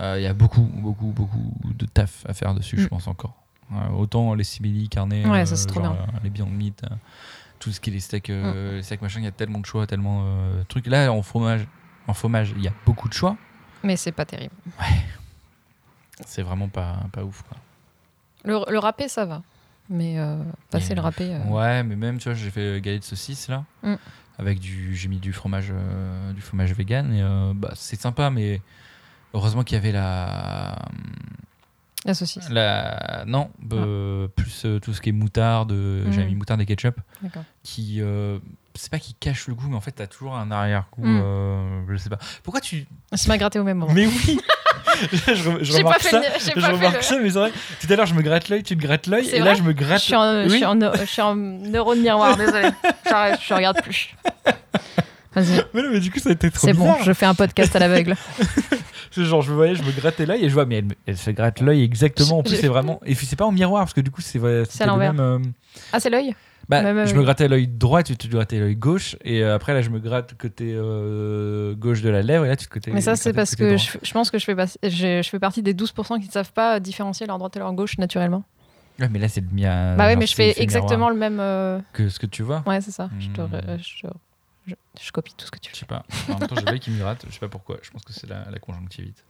S3: Euh, Il y a beaucoup, beaucoup, beaucoup de taf à faire dessus, je
S1: Mm.
S3: pense encore. Euh, autant les simili, carnets,
S1: Ouais, ça, c'est trop bien. Mm.
S3: euh, les Beyond Meat, euh, tout ce qui est les steaks, euh, les steaks machin, il y a tellement de choix, tellement euh, de trucs. Là, en fromage, en fromage, il y a beaucoup de choix.
S1: Mais c'est pas terrible.
S3: C'est vraiment pas, pas ouf. Quoi.
S1: Le, le râpé, ça va. Mais euh, passer
S3: Et-
S1: le râpé. euh,
S3: Ouais, mais même, tu vois, j'ai fait galette de saucisse là,
S1: Mm.
S3: avec du, j'ai mis du fromage, euh, du fromage vegan. Et euh, bah, c'est sympa, mais heureusement qu'il y avait la, hum,
S1: La saucisse.
S3: La... Non,
S1: Ah.
S3: euh, plus euh, tout ce qui est moutarde, euh,
S1: Mhm.
S3: j'avais mis moutarde et ketchup,
S1: D'accord.
S3: qui, euh, c'est pas qui cache le goût, mais en fait, t'as toujours un arrière-goût.
S1: Mhm.
S3: euh, je sais pas. Pourquoi tu.
S1: Ça m'a gratté au même moment.
S3: Mais oui je, re- je
S1: J'ai pas
S3: remarque
S1: fait
S3: ça.
S1: le- j'ai
S3: Je
S1: pas fait
S3: remarque
S1: le-
S3: ça, mais c'est vrai. Tout à l'heure, je me gratte l'œil, tu te grattes l'œil,
S1: C'est
S3: et
S1: vrai
S3: là, je me
S1: Je
S3: gratte.
S1: suis, en, je,
S3: Oui.
S1: suis en, eu- je suis en neurone miroir, désolé. J'arrête, je regarde plus. Vas-y.
S3: Mais, non, mais du coup, ça a été trop
S1: C'est bon,
S3: bizarre.
S1: je fais un podcast à l'aveugle.
S3: C'est Genre, je me voyais, je me grattais l'œil, et je vois, mais elle, me- elle se gratte l'œil exactement. En plus,
S1: J'ai-
S3: c'est vraiment. Et puis, c'est pas en miroir, parce que du coup, c'est vrai. c'était le
S1: l'envers.
S3: même, euh,
S1: Ah, c'est l'œil
S3: Bah,
S1: Même
S3: je
S1: avec-
S3: me grattais l'œil droit, tu tu te grattais l'œil gauche, et euh, après là je me gratte côté euh, gauche de la lèvre, et là tu te côté.
S1: Mais ça, c'est
S3: grattais
S1: parce
S3: côté
S1: que
S3: droit.
S1: je, je pense que je fais, pas- je, je fais partie des 12% qui ne savent pas différencier leur droite et leur gauche naturellement.
S3: Ouais, mais là c'est le mien.
S1: bah ouais,
S3: genre,
S1: mais je
S3: Euh, c'est-
S1: fais
S3: c'est
S1: exactement
S3: miroir
S1: le même. euh,
S3: Que ce que tu vois
S1: Ouais, c'est ça. Je, te re-
S3: Hmm.
S1: je, je- je copie tout ce que tu
S3: Je
S1: fais.
S3: sais pas. En même temps, j'ai l'œil qui me gratte, je sais pas pourquoi. Je pense que c'est la, la conjonctivite.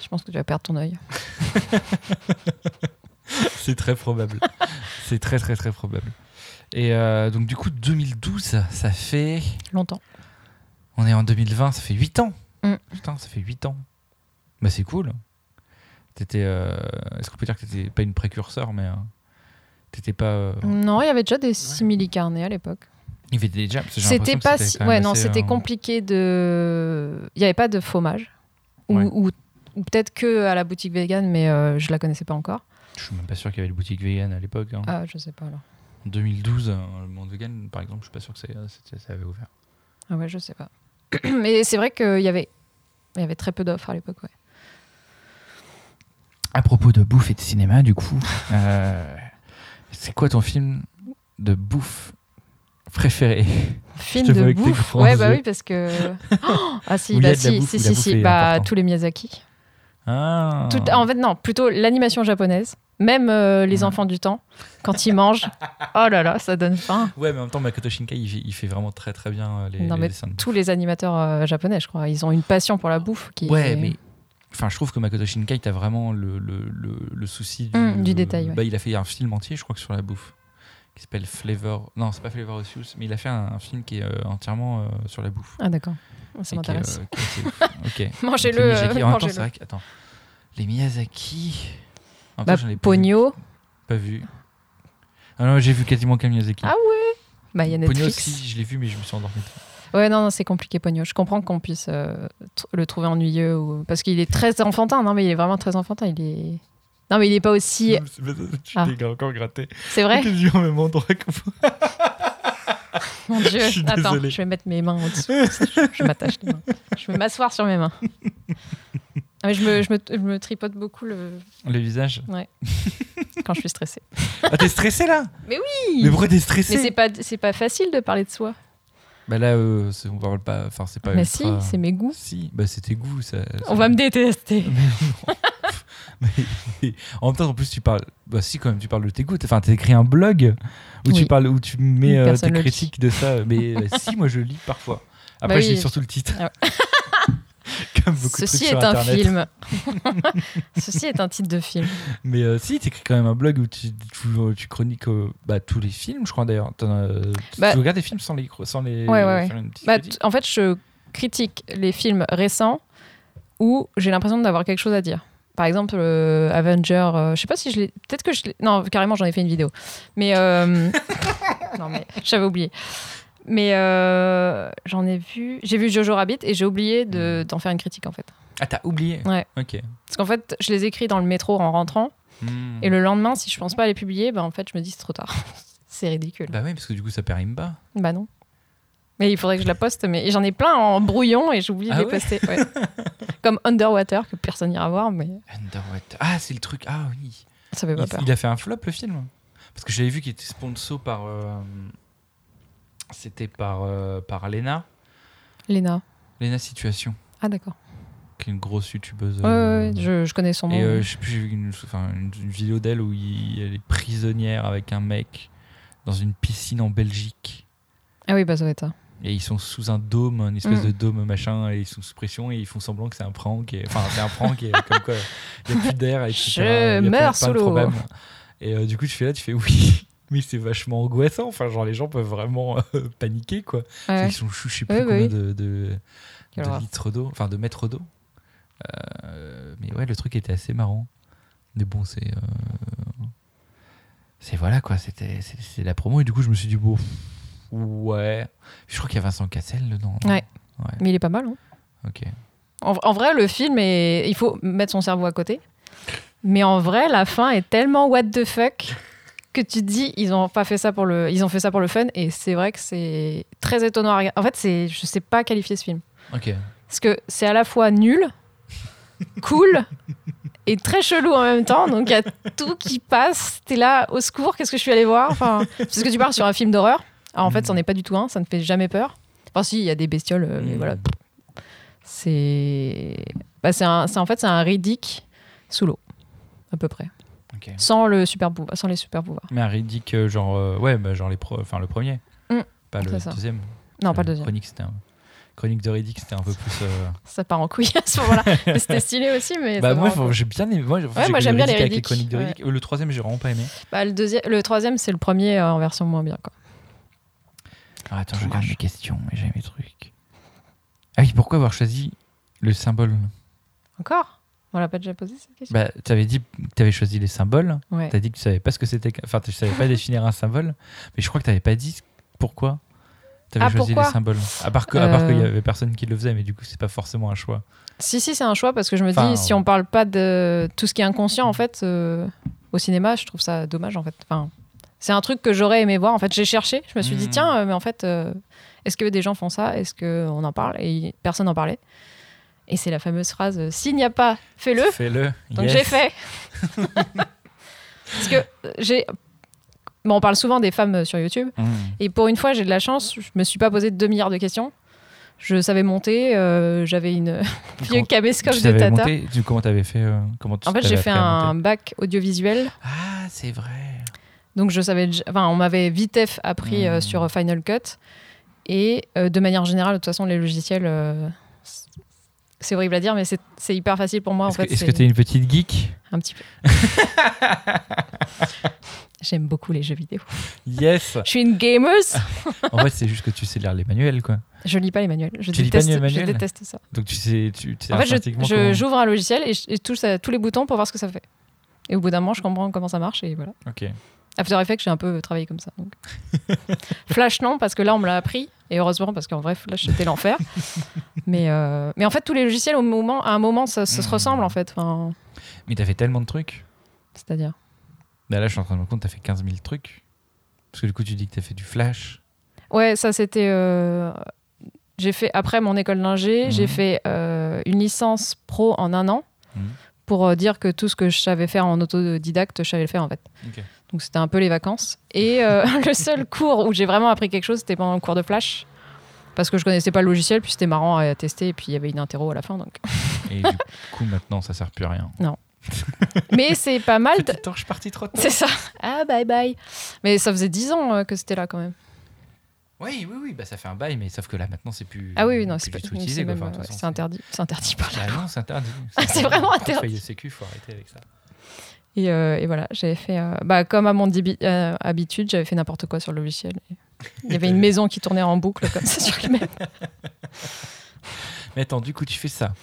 S1: Je pense que tu vas perdre ton œil.
S3: c'est très probable. c'est très très très probable. Et euh, donc du coup, 2012, ça- ça fait.
S1: Longtemps.
S3: On est en 2020, ça fait 8 ans.
S1: Mm.
S3: Putain, ça fait 8 ans. Bah c'est cool. T'étais. euh, Est-ce qu'on peut dire que t'étais pas une précurseur, mais euh, t'étais pas. euh,
S1: Non, il y avait déjà des simili-carnets à l'époque.
S3: Il y avait déjà. parce que j'ai
S1: C'était
S3: l'impression que
S1: pas
S3: c'était
S1: si...
S3: quand même
S1: ouais non
S3: assez,
S1: c'était
S3: euh,
S1: compliqué de il y avait pas de fromage ou,
S3: Ouais.
S1: ou, ou peut-être que à la boutique vegan mais euh, je la connaissais pas encore
S3: Je suis même pas sûr qu'il y avait une boutique vegan à l'époque. hein.
S1: ah je sais pas alors
S3: En 2012, euh, le monde vegan, par exemple, je suis pas sûr que c'est- euh, c'était- ça avait ouvert.
S1: ah ouais je sais pas mais c'est vrai qu'il y avait il y avait très peu d'offres à l'époque ouais.
S3: À propos de bouffe et de cinéma, du coup, euh, c'est quoi ton film de bouffe préféré
S1: Film
S3: Je te vois
S1: de
S3: avec tes
S1: bouffe.
S3: grands
S1: Ouais, bah
S3: yeux.
S1: oui, parce que. Oh ah si,
S3: Où il y
S1: bah
S3: a de la
S1: si,
S3: bouffe,
S1: si,
S3: où la
S1: si,
S3: bouffe
S1: si.
S3: est
S1: Bah,
S3: importante.
S1: tous les Miyazaki.
S3: Ah.
S1: Tout- en fait, non, plutôt l'animation japonaise. Même euh, les
S3: Ouais.
S1: enfants du temps, quand ils mangent. Oh là là, ça donne faim.
S3: Ouais, mais en même temps, Makoto Shinkai, il, fait- il fait vraiment très très bien euh, les,
S1: Non,
S3: les
S1: mais
S3: dessins. de-
S1: Tous les animateurs euh, japonais, je crois, ils ont une passion pour la bouffe qui
S3: Ouais,
S1: est-
S3: mais. Enfin, je trouve que Makoto Shinkai, t'as vraiment le, le, le, le souci du,
S1: Hum, du détail, ouais.
S3: Bah, il a fait un film entier, je crois, que sur la bouffe, qui s'appelle Flavor. Non, c'est pas Flavor of Youth, mais il a fait un, un film qui est euh, entièrement euh, sur la bouffe.
S1: Ah d'accord,
S3: Et
S1: ça
S3: qui est,
S1: m'intéresse.
S3: euh, qui est assez- ok. Donc,
S1: Mangez-le,
S3: les
S1: euh,
S3: Miyazaki- en même temps, c'est
S1: mangez-le.
S3: vrai que- Attends. Les Miyazaki. En même
S1: Bah,
S3: temps, j'en ai pas vu-
S1: Pogno,
S3: Pas vu. Ah non, j'ai vu quasiment qu'un Miyazaki.
S1: Ah bah il y a
S3: Ponyo
S1: Netflix.
S3: aussi, je l'ai vu, mais je me suis endormi.
S1: Ouais, non, non, c'est compliqué Pogno. Je comprends qu'on puisse euh, tr- le trouver ennuyeux ou... parce qu'il est très enfantin. Non, mais il est vraiment très enfantin. Il est non, mais il est pas aussi.
S3: Tu
S1: Ah.
S3: t'es encore gratté.
S1: C'est vrai.
S3: Tes yeux au même endroit que moi.
S1: Mon Dieu.
S3: Je suis
S1: Attends,
S3: désolé.
S1: je vais mettre mes mains au-dessus. Je, je m'attache les mains. Je vais m'asseoir sur mes mains. Ah, mais je, me, je, me, je me tripote beaucoup le...
S3: Le visage.
S1: quand je suis stressée.
S3: Ah, t'es stressé là
S1: Mais
S3: oui Mais pourquoi t'es stressé
S1: Mais c'est pas, c'est pas facile de parler de soi.
S3: Bah là, euh, c'est- on parle pas. Enfin, c'est pas.
S1: mais Bah si,
S3: ultra-
S1: c'est mes goûts.
S3: Si, bah c'était goût. Ça, ça-
S1: On va me détester.
S3: Mais- en même temps, en plus, tu parles. Bah si, quand même, tu parles de tes goûts. Enfin, t'as écrit un blog où tu
S1: Oui.
S3: parles, où tu mets euh,
S1: Personne
S3: tes
S1: le lit.
S3: critiques de ça. Mais bah, si, moi, je lis parfois. Après,
S1: Bah
S3: je lis
S1: oui.
S3: surtout le titre.
S1: Ah
S3: Comme beaucoup de
S1: Ceci
S3: trucs
S1: est
S3: sur
S1: un
S3: Internet.
S1: film. Ceci est un titre de film.
S3: Mais euh, si, t'écris quand même un blog où tu, tu, tu chroniques euh, bah, tous les films, je crois d'ailleurs. T'en as- Tu
S1: Bah-
S3: tu regardes des films sans les. Sans les
S1: Ouais, ouais, ouais.
S3: faire une petite
S1: Bah,
S3: critique.
S1: t- en fait, je critique les films récents où j'ai l'impression d'avoir quelque chose à dire. Par exemple, euh, Avenger, euh, je sais pas si je l'ai. Peut-être que je l'ai. Non, carrément, j'en ai fait une vidéo. Mais. euh, non, mais j'avais oublié. Mais euh, j'en ai vu. J'ai vu Jojo Rabbit et j'ai oublié de- d'en faire une critique, en fait.
S3: Ah, t'as oublié
S1: Ouais.
S3: Ok.
S1: Parce qu'en fait, je les écris dans le métro en rentrant.
S3: Hmm.
S1: Et le lendemain, si je pense pas à les publier, bah, en fait, je me dis c'est trop tard. c'est ridicule.
S3: Bah oui, parce que du coup, ça périme pas.
S1: Bah non. Mais il faudrait que je la poste, mais j'en ai plein en brouillon et j'oublie
S3: Ah
S1: de les
S3: ouais
S1: poster. ouais. Comme Underwater, que personne n'ira voir, mais
S3: Underwater. Ah, c'est le truc. Ah oui.
S1: ça fait
S3: Il,
S1: pas peur.
S3: il a fait un flop, le film. Parce que j'avais vu qu'il était sponsor par. euh, C'était par, euh, par Lena.
S1: Léna.
S3: Lena Situation,
S1: Ah d'accord.
S3: qui est une grosse youtubeuse.
S1: Ouais,
S3: euh,
S1: ouais, ouais, je, je connais son nom.
S3: Et euh, je sais plus, j'ai vu une, enfin, une- une vidéo d'elle où il- elle est prisonnière avec un mec dans une piscine en Belgique.
S1: Ah oui, bah ça va être ça.
S3: Et ils sont sous un dôme, une espèce
S1: Mm.
S3: de dôme machin, et ils sont sous pression et ils font semblant que c'est un prank. et- Enfin, c'est un prank et comme quoi il n'y a plus d'air, etc.
S1: Je
S3: il y a plein-
S1: meurs
S3: plein
S1: sous
S3: de
S1: l'eau.
S3: problèmes. Et euh, du coup, tu fais là, tu fais oui, mais c'est vachement angoissant. Enfin, genre, les gens peuvent vraiment euh, paniquer quoi.
S1: Ouais.
S3: Ils sont chou- je sais plus
S1: Oui,
S3: combien
S1: oui.
S3: de, de,
S1: Quelle
S3: de
S1: horreur.
S3: litres d'eau, enfin de mètres d'eau. Euh, mais ouais, le truc était assez marrant. Mais bon, c'est. euh, c'est voilà quoi, c'était c'est- c'est la promo. Et du coup, je me suis dit, bon, ouais. Je crois qu'il y a Vincent Cassel dedans. non
S1: Ouais. Mais il est pas mal. hein.
S3: Ok.
S1: En, en vrai, le film, est... il faut mettre son cerveau à côté. Mais en vrai, la fin est tellement what the fuck que tu te dis ils ont pas fait ça pour le ils ont fait ça pour le fun et c'est vrai que c'est très étonnant à regarder. En fait, c'est je sais pas qualifier ce film.
S3: Ok.
S1: Parce que c'est à la fois nul, cool et très chelou en même temps. Donc il y a tout qui passe. T'es là, au secours, qu'est-ce que je suis allée voir enfin, Parce que tu parles sur un film d'horreur. Alors
S3: Mm.
S1: en fait, c'en est pas du tout un, ça ne fait jamais peur. Enfin, si, il y a des bestioles, euh, mais
S3: Mm.
S1: voilà. C'est. bah, c'est un- c'est- en fait, c'est un Riddick sous l'eau, à peu près.
S3: ok.
S1: Sans, le super pouvoir, sans les super pouvoirs.
S3: Mais un Riddick, euh, genre, euh, ouais, bah, genre les pro- enfin, le premier.
S1: Mm.
S3: Pas le
S1: C'est ça.
S3: deuxième.
S1: Non, pas
S3: Euh,
S1: le deuxième.
S3: Chronique, c'était un- Chronique de Riddick, c'était un peu plus. euh,
S1: Ça part en couille à ce moment-là. Mais c'était stylé aussi. Mais
S3: Bah
S1: ça
S3: moi,
S1: part en couille.
S3: j'ai bien aimé. Moi, j'ai-
S1: Ouais,
S3: j'ai
S1: moi,
S3: que
S1: j'aime
S3: le
S1: bien les
S3: Riddick avec
S1: Riddick,
S3: chroniques de
S1: ouais.
S3: Riddick. Euh, Le troisième, j'ai vraiment pas aimé.
S1: Bah, le, deuxième, le troisième, c'est le premier euh, en version moins bien. Quoi.
S3: Ah, attends, je
S1: Dommage.
S3: regarde mes questions, mais j'ai mes trucs. Ah oui, pourquoi avoir choisi le symbole
S1: Encore On l'a pas déjà posé cette question
S3: Bah, t'avais dit que t'avais choisi les symboles.
S1: Ouais.
S3: T'as dit que tu savais pas ce que c'était. que- Enfin, tu savais pas définir un symbole. Mais je crois que t'avais pas dit pourquoi t'avais
S1: Ah,
S3: choisi
S1: pourquoi
S3: les symboles. À part que- à part qu'il y
S1: Euh.
S3: avait personne qui le faisait, mais du coup, c'est pas forcément un choix.
S1: Si, si, c'est un choix parce que je me
S3: Enfin,
S1: dis, si on parle pas de tout ce qui est inconscient, en fait, euh, au cinéma, je trouve ça dommage, en fait. Enfin, c'est un truc que j'aurais aimé voir. En fait, j'ai cherché. Je me suis dit,
S3: Mm.
S1: tiens, euh, mais en fait, euh, est-ce que des gens font ça Est-ce qu'on en parle Et personne n'en parlait. Et c'est la fameuse phrase euh, s'il n'y a pas, fais-le.
S3: Fais-le.
S1: Donc
S3: yes.
S1: j'ai fait. Parce que euh, j'ai. Bon, on parle souvent des femmes euh, sur YouTube.
S3: Mmh.
S1: Et pour une fois, j'ai de la chance, je me suis pas posé 2 milliards de questions. Je savais monter, euh, j'avais une vieux
S3: Comment-
S1: caméscope
S3: tu
S1: de
S3: t'avais
S1: tata.
S3: monté tu- Comment t'avais fait euh, comment tu
S1: En fait,
S3: t'avais
S1: j'ai fait
S3: appris à
S1: un
S3: monter
S1: bac audiovisuel,
S3: Ah, c'est vrai.
S1: donc je savais, déjà- enfin, on m'avait vitef appris euh,
S3: Hmm.
S1: sur Final Cut. Et euh, de manière générale, de toute façon, les logiciels, euh, c'est- c'est horrible à dire, mais c'est c'est hyper facile pour moi. En
S3: Est-ce
S1: fait,
S3: que- est-ce que
S1: c'est-
S3: t'es une petite geek
S1: Un petit peu. J'aime beaucoup les jeux vidéo.
S3: Yes
S1: Je suis une gamer.
S3: En fait, c'est juste que tu sais lire les manuels, quoi.
S1: Je lis pas les manuels. Je
S3: Tu lis pas
S1: déteste,
S3: les
S1: je
S3: manuels
S1: déteste ça.
S3: Donc tu sais, tu, tu sais
S1: En fait, je-
S3: instinctivement
S1: je-
S3: comment-
S1: j'ouvre un logiciel et, je, et touche à tous les boutons pour voir ce que ça fait. Et au bout d'un moment, je comprends comment ça marche et voilà.
S3: Ok.
S1: After Effects, j'ai un peu travaillé comme ça. donc. Flash, non, parce que là, on me l'a appris. Et heureusement, parce qu'en vrai, Flash, c'était l'enfer. mais, euh, mais en fait, tous les logiciels, au moment, à un moment, ça, ça se
S3: Mm.
S1: ressemble, en fait. Enfin,
S3: Mais t'as fait tellement de trucs. Bah,
S1: C'est-à-dire.
S3: Là, là, je suis en train de me rendre compte, t'as fait 15 000 trucs. Parce que du coup, tu dis que t'as fait du flash.
S1: Ouais, ça c'était. euh, J'ai fait après mon école d'ingé,
S3: Mhm.
S1: j'ai fait euh, une licence pro en un an
S3: Mhm.
S1: pour euh, dire que tout ce que je savais faire en autodidacte, je savais le faire en fait.
S3: Ok.
S1: Donc c'était un peu les vacances. Et euh, le seul cours où j'ai vraiment appris quelque chose, c'était pendant le cours de Flash. Parce que je connaissais pas le logiciel, puis c'était marrant à tester, et puis il y avait une interro à la fin. Donc.
S3: Et du coup, maintenant, ça sert plus à rien.
S1: Mais c'est pas mal. de-
S3: Petit temps, je suis parti trop tôt.
S1: C'est ça. Ah, bye bye. Mais ça faisait 10 ans euh, que c'était là quand même.
S3: Oui, oui, oui, bah, ça fait un bail, mais sauf que là, maintenant, c'est plus.
S1: Ah oui, oui, non,
S3: plus
S1: c'est pas
S3: du tout utilisé.
S1: c'est
S3: quoi.
S1: même,
S3: Enfin, de
S1: ouais,
S3: toute façon,
S1: c'est interdit. C'est interdit par la
S3: Ah non, c'est interdit.
S1: Ah, c'est vraiment
S3: Portefeuille
S1: interdit.
S3: de sécu, faut arrêter avec ça.
S1: Et, euh, et voilà, j'avais fait. euh, bah, comme à mon dibi- euh, habitude, j'avais fait n'importe quoi sur le logiciel. Il y avait une maison qui tournait en boucle, comme ça, sur les mêmes.
S3: Mais attends, du coup, tu fais ça.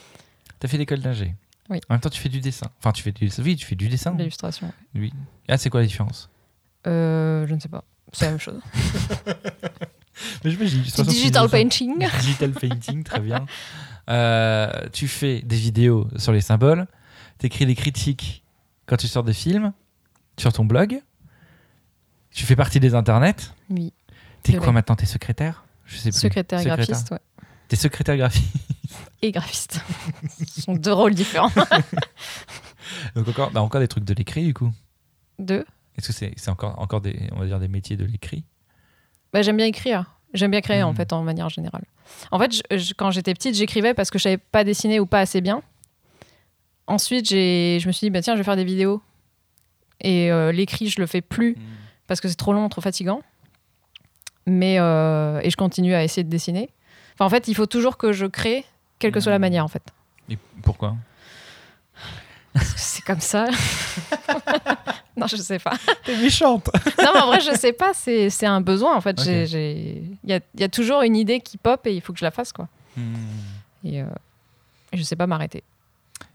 S3: T'as fait l'école d'ingé.
S1: Oui.
S3: En même temps, tu fais du dessin. Enfin, tu fais du dessin. Oui, tu fais du dessin.
S1: L'illustration.
S3: Oui. Ah, c'est quoi la différence
S1: Euh, je ne sais pas. C'est la même chose.
S3: Mais je m'imagine,
S1: Du
S3: l'illustration, c'est
S1: digital
S3: du dessin.
S1: painting.
S3: Digital painting, très bien. Euh, tu fais des vidéos sur les symboles, tu écris des critiques quand tu sors des films, sur ton blog, tu fais partie des internets.
S1: Oui.
S3: T'es
S1: De la-
S3: quoi maintenant T'es secrétaire Je sais plus.
S1: Secrétaire et graphiste, ouais.
S3: T'es secrétaire graphiste.
S1: Et graphiste. Ce sont deux rôles différents.
S3: Donc encore, bah encore des trucs de l'écrit du coup.
S1: Deux.
S3: Est-ce que c'est c'est encore, encore des, on va dire des métiers de l'écrit
S1: Bah, j'aime bien écrire. J'aime bien créer, en
S3: Mhm.
S1: fait, en manière générale. En fait, je- je- quand j'étais petite, j'écrivais parce que je savais pas dessiner ou pas assez bien. Ensuite, j'ai- je me suis dit, bah, tiens, je vais faire des vidéos. Et euh, l'écrit, je le fais plus
S3: Hmm.
S1: parce que c'est trop long, trop fatigant. Mais euh, et je continue à essayer de dessiner. Enfin, en fait, il faut toujours que je crée, quelle que soit la manière, en fait.
S3: Et pourquoi
S1: Parce que C'est comme ça. non, je sais pas.
S3: T'es méchante
S1: Non, mais en vrai, je sais pas. C'est c'est un besoin, en fait. J'ai-
S3: Ok.
S1: j'ai- Il y, a, il y a toujours une idée qui pop et il faut que je la fasse, quoi.
S3: Hmm.
S1: Et euh, je sais pas m'arrêter.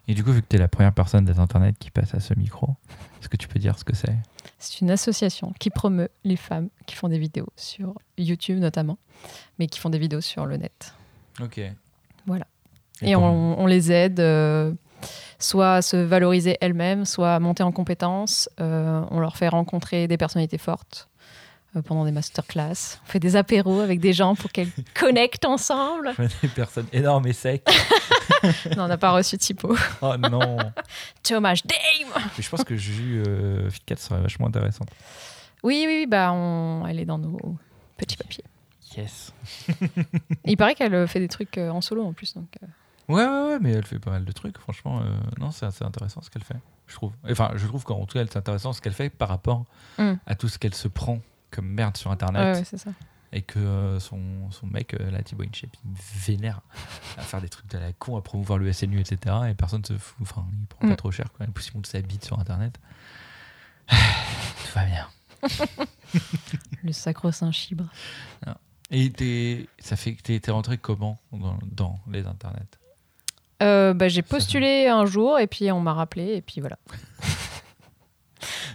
S3: Et du coup, vu que t'es la première personne des internets qui passe à ce micro, est-ce que tu peux dire ce que c'est
S1: C'est une association qui promeut les femmes qui font des vidéos sur YouTube, notamment, mais qui font des vidéos sur le net.
S3: Ok.
S1: Voilà. Et on, on les aide euh, soit à se valoriser elles-mêmes, soit à monter en compétences. Euh, on leur fait rencontrer des personnalités fortes euh, pendant des masterclass. On fait des apéros avec des gens pour qu'elles connectent ensemble.
S3: des personnes énormes et secs.
S1: Non, on n'a pas reçu Tipo.
S3: Oh non
S1: Thomas Dame
S3: Mais je pense que Ju euh, Fitcat serait vachement intéressante.
S1: Oui, oui, oui, bah on, elle est dans nos petits papiers.
S3: Yes.
S1: Il paraît qu'elle euh, fait des trucs euh, en solo en plus. Donc, euh,
S3: Ouais, ouais, ouais, mais elle fait pas mal de trucs, franchement. euh, non, c'est assez intéressant ce qu'elle fait, je trouve. Enfin, je trouve qu'en tout cas, c'est intéressant ce qu'elle fait par rapport
S1: Mm.
S3: à tout ce qu'elle se prend comme merde sur
S1: ouais,
S3: Internet.
S1: ouais, c'est ça.
S3: Et que euh, son, son mec, euh, là, Thibaut Inchep, il me vénère à faire des trucs de la con, à promouvoir le SNU, etc. Et personne se fout. Enfin, il prend
S1: Mm.
S3: pas trop cher, quoi. Il pousse il monte sa bite sur Internet. tout va bien.
S1: Le sacro-saint chibre.
S3: Et t'es- ça fait que t'es- t'es rentré comment dans, dans les internets
S1: Euh, bah, j'ai
S3: va.
S1: postulé un jour et puis on m'a rappelé et puis voilà.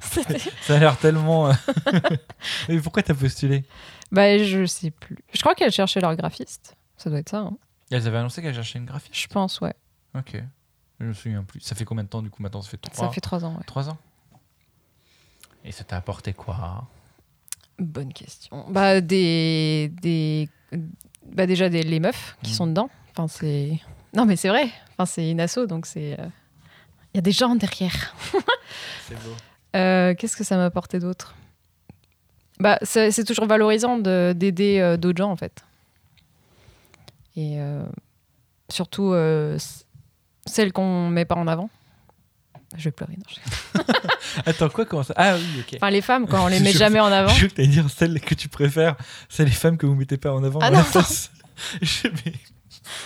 S1: C'était-
S3: Ça a l'air tellement. euh, Mais pourquoi t'as postulé
S1: bah, je sais plus. Je crois qu'elles cherchaient leur graphiste. Ça doit être ça, hein.
S3: Elles avaient annoncé qu'elles cherchaient une graphiste.
S1: je pense, ouais.
S3: Ok. Je me souviens plus. Ça fait combien de temps du coup maintenant Ça fait 3
S1: Ça fait trois ans, ouais.
S3: ans. Et ça t'a apporté quoi
S1: Bonne question. Bah, des, des, bah déjà des, les meufs qui
S3: Mm.
S1: sont dedans. Enfin, c'est... Non, mais c'est vrai. Enfin, c'est une asso, donc c'est... euh, Il y a des gens derrière.
S3: C'est beau.
S1: Euh, Qu'est-ce que ça m'a apporté d'autre Bah, c'est c'est toujours valorisant de- d'aider euh, d'autres gens, en fait. Et euh, surtout, euh, c- celles qu'on met pas en avant. Je vais pleurer. non, je-
S3: Attends, quoi Comment ça Ah oui, ok.
S1: Enfin, les femmes, quand on les met
S3: Je-
S1: jamais en avant.
S3: Je veux que t'allais dire celles que tu préfères, c'est les femmes que vous mettez pas en avant.
S1: Ah
S3: dans
S1: non,
S3: la France. Je- mais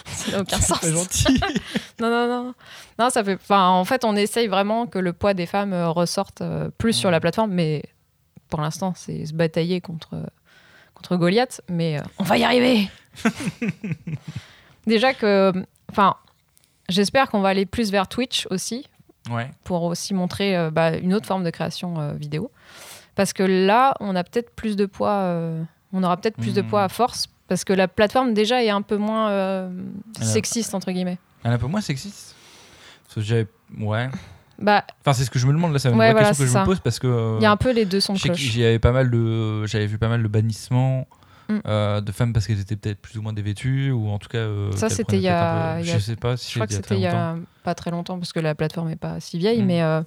S1: Ça n'a aucun
S3: c'est
S1: sens.
S3: pas gentil.
S1: Non, non, non. Non, ça fait. Enfin, en fait, on essaye vraiment que le poids des femmes euh, ressorte euh, plus sur la plateforme, mais pour l'instant, c'est se batailler contre, contre Goliath, mais euh, on va y arriver Déjà que. Enfin, j'espère qu'on va aller plus vers Twitch aussi,
S3: ouais.
S1: pour aussi montrer euh, bah, une autre forme de création euh, vidéo. Parce que là, on a peut-être plus de poids, euh, on aura peut-être plus de
S3: Mhm.
S1: poids à force, parce que la plateforme déjà est un peu moins euh,
S3: Alors-
S1: sexiste, entre guillemets.
S3: Elle est un peu moins sexiste. Parce que j'avais. Ouais.
S1: Bah,
S3: Enfin, c'est ce que je me demande là, c'est une
S1: Ouais,
S3: vraie
S1: voilà,
S3: question que
S1: c'est
S3: je me
S1: ça.
S3: pose parce que. euh,
S1: Il y a un peu les deux sons de
S3: Je sais que
S1: cloche.
S3: j'y avais pas mal de, j'avais vu pas mal de bannissements
S1: Mm.
S3: euh, de femmes parce qu'elles étaient peut-être plus ou moins dévêtues ou en tout cas. euh,
S1: Ça,
S3: qu'elles
S1: c'était
S3: prenaient
S1: il y a-
S3: peut-être un peu-
S1: il y a-
S3: Je sais pas si
S1: Je crois que
S3: c'était
S1: c'était il y a pas très longtemps parce que la plateforme est pas si vieille,
S3: Mm.
S1: mais euh,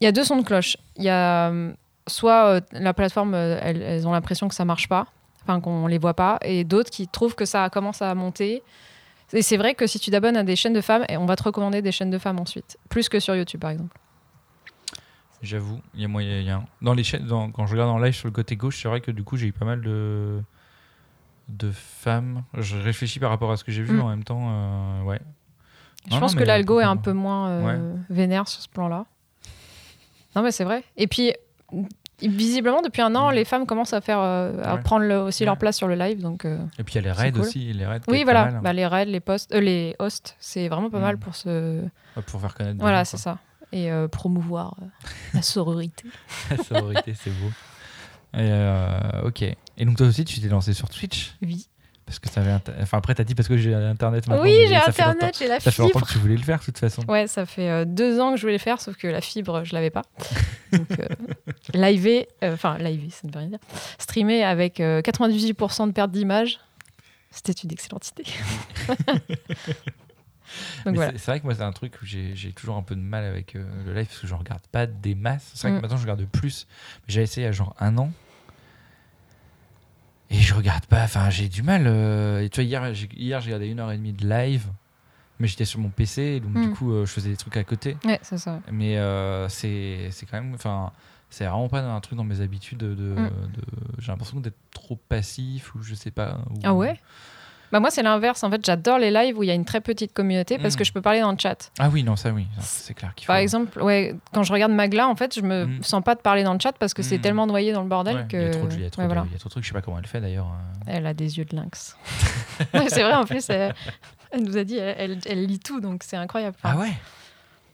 S1: il y a deux sons de cloche. Il y a euh, soit euh, la plateforme, euh, elles, elles ont l'impression que ça marche pas, enfin qu'on les voit pas, et d'autres qui trouvent que ça commence à monter. Et c'est vrai que si tu t'abonnes à des chaînes de femmes, et on va te recommander des chaînes de femmes ensuite, plus que sur YouTube par exemple.
S3: J'avoue, il y a moyen. il y a un- Dans les chaînes, dans- quand je regarde en live sur le côté gauche, c'est vrai que du coup, j'ai eu pas mal de de femmes. Je réfléchis par rapport à ce que j'ai vu
S1: Mm.
S3: en même temps. euh, ouais.
S1: Je
S3: Non,
S1: pense
S3: non,
S1: que
S3: mais
S1: l'algo est un peu
S3: complètement.
S1: moins euh, vénère sur ce plan-là. Non, mais c'est vrai. Et puis, visiblement, depuis un an,
S3: Mm.
S1: les femmes commencent à faire euh, à
S3: Ouais.
S1: prendre le- aussi
S3: Ouais.
S1: leur place sur le live. Donc, euh,
S3: Et puis il y a les
S1: C'est
S3: raids
S1: cool.
S3: aussi, les raids. qui
S1: oui,
S3: est pas
S1: voilà.
S3: mal, hein.
S1: Bah, les raids, les posts, euh, les hosts, c'est vraiment pas mal
S3: Mm.
S1: pour se.
S3: hein, pour faire connaître. des
S1: Bah, Voilà,
S3: gens,
S1: c'est ça. Et euh, promouvoir euh, la sororité.
S3: quoi. La sororité, c'est beau. Et, euh, ok. Et donc toi aussi, tu t'es lancé sur Twitch.
S1: Oui.
S3: Parce que t'avais inter- Enfin, après, t'as dit parce que j'ai internet maintenant.
S1: Oui,
S3: mais
S1: j'ai
S3: Ah, ça fait longtemps-
S1: internet, j'ai la
S3: Ça fait longtemps
S1: fibre.
S3: que tu voulais le faire, de toute façon.
S1: Ouais, ça fait euh, deux ans que je voulais le faire, sauf que la fibre, je l'avais pas. Donc, euh, liver, euh, enfin, liver, ça ne veut rien dire. Streamer avec euh, 98% de perte d'image, c'était une excellente idée.
S3: Mais
S1: Donc voilà.
S3: c'est- C'est vrai que moi, c'est un truc où j'ai j'ai toujours un peu de mal avec euh, le live parce que je regarde pas des masses. C'est vrai
S1: Mm.
S3: que maintenant, je regarde plus. Mais J'ai essayé à genre un an. Et je regarde pas. Enfin, j'ai du mal. euh, Et tu vois, hier, j'ai hier, j'ai regardé une heure et demie de live. Mais j'étais sur mon PC. Donc, du
S1: Mm.
S3: coup, euh, je faisais des trucs à côté.
S1: Ouais, c'est ça.
S3: Mais euh, c'est c'est quand même. Enfin, c'est vraiment pas un truc dans mes habitudes. de, de-
S1: Mm.
S3: de- J'ai l'impression d'être trop passif ou je sais pas. ou-
S1: Ah ouais bah moi c'est l'inverse en fait j'adore les lives où il y a une très petite communauté parce
S3: Mm.
S1: que je peux parler dans le chat
S3: Ah oui, non, ça oui. ça, C'est clair qu'il faut.
S1: par exemple ouais quand je regarde Magla en fait je me
S3: Mm.
S1: sens pas de parler dans le chat parce que c'est
S3: Mm.
S1: tellement noyé dans le bordel
S3: Ouais,
S1: que
S3: Il y a trop de il y a trop
S1: ouais,
S3: de-
S1: voilà.
S3: il y a trop de trucs. Je sais pas comment elle fait d'ailleurs. euh.
S1: Elle a des yeux de lynx. Non, mais c'est vrai, en plus, elle, elle nous a dit, elle, elle- elle lit tout, donc c'est incroyable.
S3: Ah ouais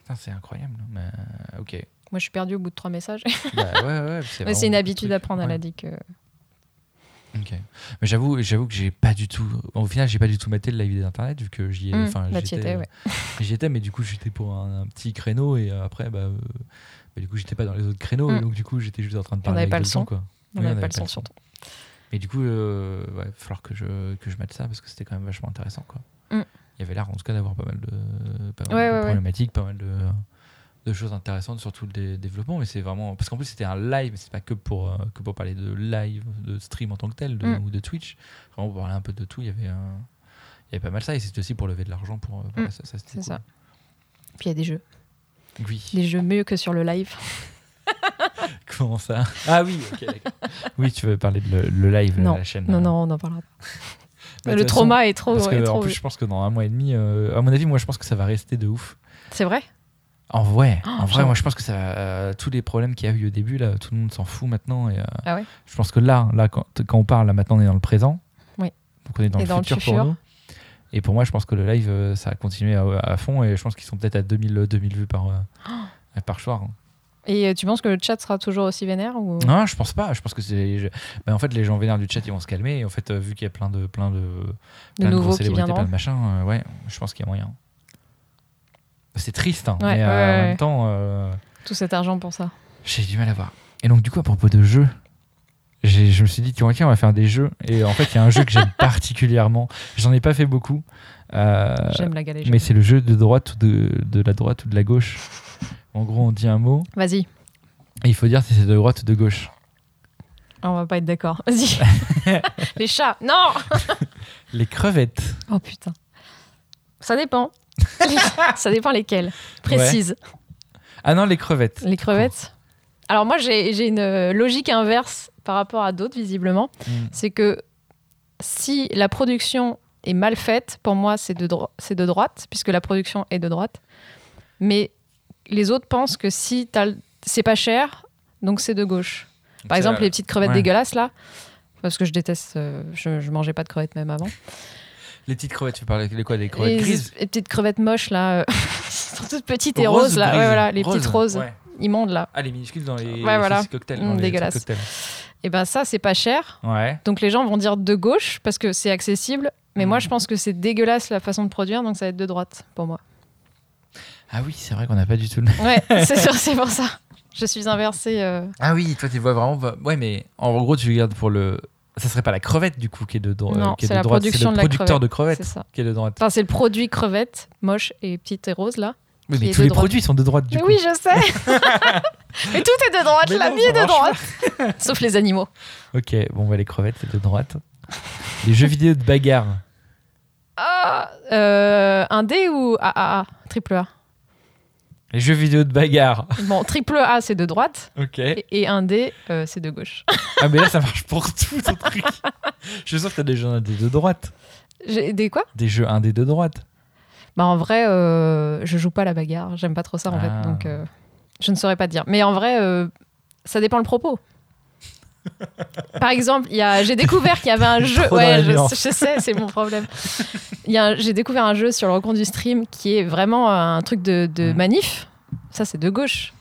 S3: Putain, C'est incroyable. non, mais, euh, ok.
S1: Moi, je suis perdue au bout de trois messages.
S3: Bah, ouais, ouais, ouais, c'est
S1: mais
S3: vraiment
S1: c'est une
S3: beaucoup de
S1: habitude à
S3: trucs.
S1: prendre, elle
S3: Ouais.
S1: a dit que.
S3: Ok. Mais j'avoue, j'avoue que j'ai pas du tout. Au final, j'ai pas du tout maté le live des internet vu que j'y ai.
S1: Hum,
S3: enfin,
S1: là, t'y
S3: j'étais,
S1: étais, ouais.
S3: J'y étais, mais du coup, j'étais pour un, un petit créneau et euh, après, bah, euh, bah, du coup, j'étais pas dans les autres créneaux,
S1: Mm.
S3: et donc du coup, j'étais juste en train de
S1: On
S3: parler.
S1: n'avait
S3: avec
S1: pas le
S3: d'autres gens,
S1: son.
S3: quoi.
S1: On
S3: Oui,
S1: n'avait pas le son surtout.
S3: Mais du coup, euh, ouais, falloir que je que je mate ça parce que c'était quand même vachement intéressant, quoi.
S1: Mm.
S3: Il y avait l'air en tout cas d'avoir pas mal de, pas mal
S1: Ouais,
S3: de
S1: ouais, ouais.
S3: problématiques, pas mal de, de choses intéressantes sur tout le dé- développement. Mais c'est vraiment parce qu'en plus c'était un live, mais c'est pas que pour euh, que pour parler de live, de stream en tant que tel, de-
S1: Mm.
S3: ou de Twitch. Vraiment pour parler un peu de tout. Il y avait un- il y avait pas mal ça et c'était aussi pour lever de l'argent pour, euh, pour
S1: Mm.
S3: ça. ça, c'était
S1: C'est
S3: cool.
S1: ça. Puis il y a des jeux.
S3: Oui.
S1: Des jeux mieux que sur le live.
S3: Ah Comment ça Ah oui, ok, d'accord. oui, tu veux parler de le, le live,
S1: Non.
S3: la chaîne.
S1: Non,
S3: euh,
S1: non, on n'en parlera pas.
S3: bah, de
S1: le
S3: toute façon,
S1: trauma est trop.
S3: Parce que,
S1: est
S3: en
S1: Oh, trop-
S3: plus, je pense que dans un mois et demi, euh, à mon avis, moi, je pense que ça va rester de ouf.
S1: C'est vrai
S3: En vrai,
S1: Oh,
S3: en vrai,
S1: j'avoue.
S3: moi, je pense que ça, euh, tous les problèmes qu'il y a eu au début, là, tout le monde s'en fout maintenant. Et, euh,
S1: Ah ouais
S3: Je pense que là, là, quand, quand on parle, là, maintenant, on est dans le présent.
S1: Oui.
S3: Donc, on est dans,
S1: Et
S3: le,
S1: dans le
S3: futur
S1: futur.
S3: pour nous. Et pour moi, je pense que le live, euh, ça a continué à, à fond. Et je pense qu'ils sont peut-être à 2000, euh, 2000 vues par, euh, par soir. hein.
S1: Et euh, tu penses que le chat sera toujours aussi vénère ou...
S3: Non, je pense pas. Je pense que c'est. je- ben, en fait, les gens vénères du chat, ils vont se calmer. Et en fait, euh, vu qu'il y a plein de, plein de, plein
S1: nouveaux
S3: grosses
S1: qui
S3: célébrités,
S1: viendront.
S3: plein de machins, euh, ouais, je pense qu'il y a moyen. C'est triste, hein,
S1: Ouais,
S3: mais euh,
S1: ouais,
S3: en
S1: ouais.
S3: même temps, euh,
S1: Tout cet argent pour ça
S3: j'ai du mal à voir. Et donc, du coup, à propos de jeux, j'ai- je me suis dit, tiens, tiens, on va faire des jeux. Et en fait, il y a un jeu que j'aime particulièrement. J'en ai pas fait beaucoup. euh,
S1: J'aime la galéjade.
S3: mais c'est le jeu de droite ou de, de la droite ou de la gauche. En gros, on dit un mot
S1: Vas-y.
S3: et il faut dire si c'est de droite ou de gauche.
S1: Ah, On va pas être d'accord. Vas-y. les chats. Non
S3: Les crevettes.
S1: Oh putain. Ça dépend. Les- ça dépend lesquels. Précise.
S3: Ah non, les crevettes.
S1: Les crevettes. Alors moi, j'ai j'ai une logique inverse par rapport à d'autres, visiblement.
S3: Mm.
S1: C'est que si la production est mal faite, pour moi, c'est de, dro- c'est de droite, puisque la production est de droite. Mais les autres pensent que si t'as le- c'est pas cher, donc c'est de gauche. Par
S3: Ça-
S1: exemple, les petites crevettes
S3: ouais.
S1: dégueulasses, là. Parce que je déteste, euh, je, je mangeais pas de crevettes même avant.
S3: les petites crevettes, tu parlais de quoi Des crevettes
S1: les,
S3: grises
S1: les petites crevettes moches, là. euh, sont toutes petites et roses, là.
S3: grises.
S1: Ouais, voilà, les petites roses
S3: ouais.
S1: immondes, là.
S3: Ah, les minuscules dans les
S1: Ouais, voilà.
S3: sauces cocktails.
S1: Mm,
S3: dans les
S1: dégueulasse.
S3: trucs cocktails.
S1: Et ben ça, c'est pas cher.
S3: Ouais.
S1: Donc les gens vont dire de gauche parce que c'est accessible. Mais
S3: Mm.
S1: moi, je pense que c'est dégueulasse la façon de produire, donc ça va être de droite pour moi.
S3: Ah oui, c'est vrai qu'on n'a pas du tout le même.
S1: Ouais, c'est sûr, c'est pour ça. Je suis inversée. euh.
S3: Ah oui, toi, tu vois vraiment. Ouais, mais en gros, tu regardes pour le. Ça serait pas la crevette du coup qui est de, dro-
S1: Non,
S3: qui est
S1: c'est
S3: de
S1: la
S3: droite, c'est
S1: production
S3: le
S1: de la
S3: producteur
S1: crevette.
S3: de crevettes
S1: C'est ça.
S3: qui est de droite.
S1: Enfin, c'est le produit crevette, moche et petite et rose, là.
S3: Oui,
S1: qui
S3: mais
S1: est
S3: tous
S1: de
S3: les
S1: droite.
S3: produits sont de droite du
S1: mais
S3: coup.
S1: oui, je sais. mais tout est de droite,
S3: Mais
S1: la
S3: non,
S1: vie
S3: ça
S1: est de droite.
S3: marche
S1: Sauf les animaux.
S3: Ok, bon, bah, les crevettes, c'est de droite. les jeux vidéo de bagarre.
S1: Ah, euh, un D ou AAA Triple A.
S3: Les jeux vidéo de bagarre.
S1: Bon, triple A, c'est de droite.
S3: Ok.
S1: Et, et un D, euh, c'est de gauche.
S3: Ah, mais là, ça marche pour tout ton truc. Je suis sûr que t'as des jeux indés de droite.
S1: J'ai des quoi
S3: Des jeux indés de droite.
S1: Bah en vrai, euh, je joue pas à la bagarre. J'aime pas trop ça en
S3: Ah.
S1: fait. Donc euh, je ne saurais pas dire. Mais en vrai, euh, ça dépend le propos. Par exemple, il y a- j'ai découvert qu'il y avait un jeu.
S3: Trop dans la
S1: Ouais, je,
S3: nuance.
S1: je sais, c'est mon problème. Il y a un- J'ai découvert un jeu sur le recompte du stream qui est vraiment un truc de, de
S3: Mm.
S1: manif. Ça, c'est de gauche.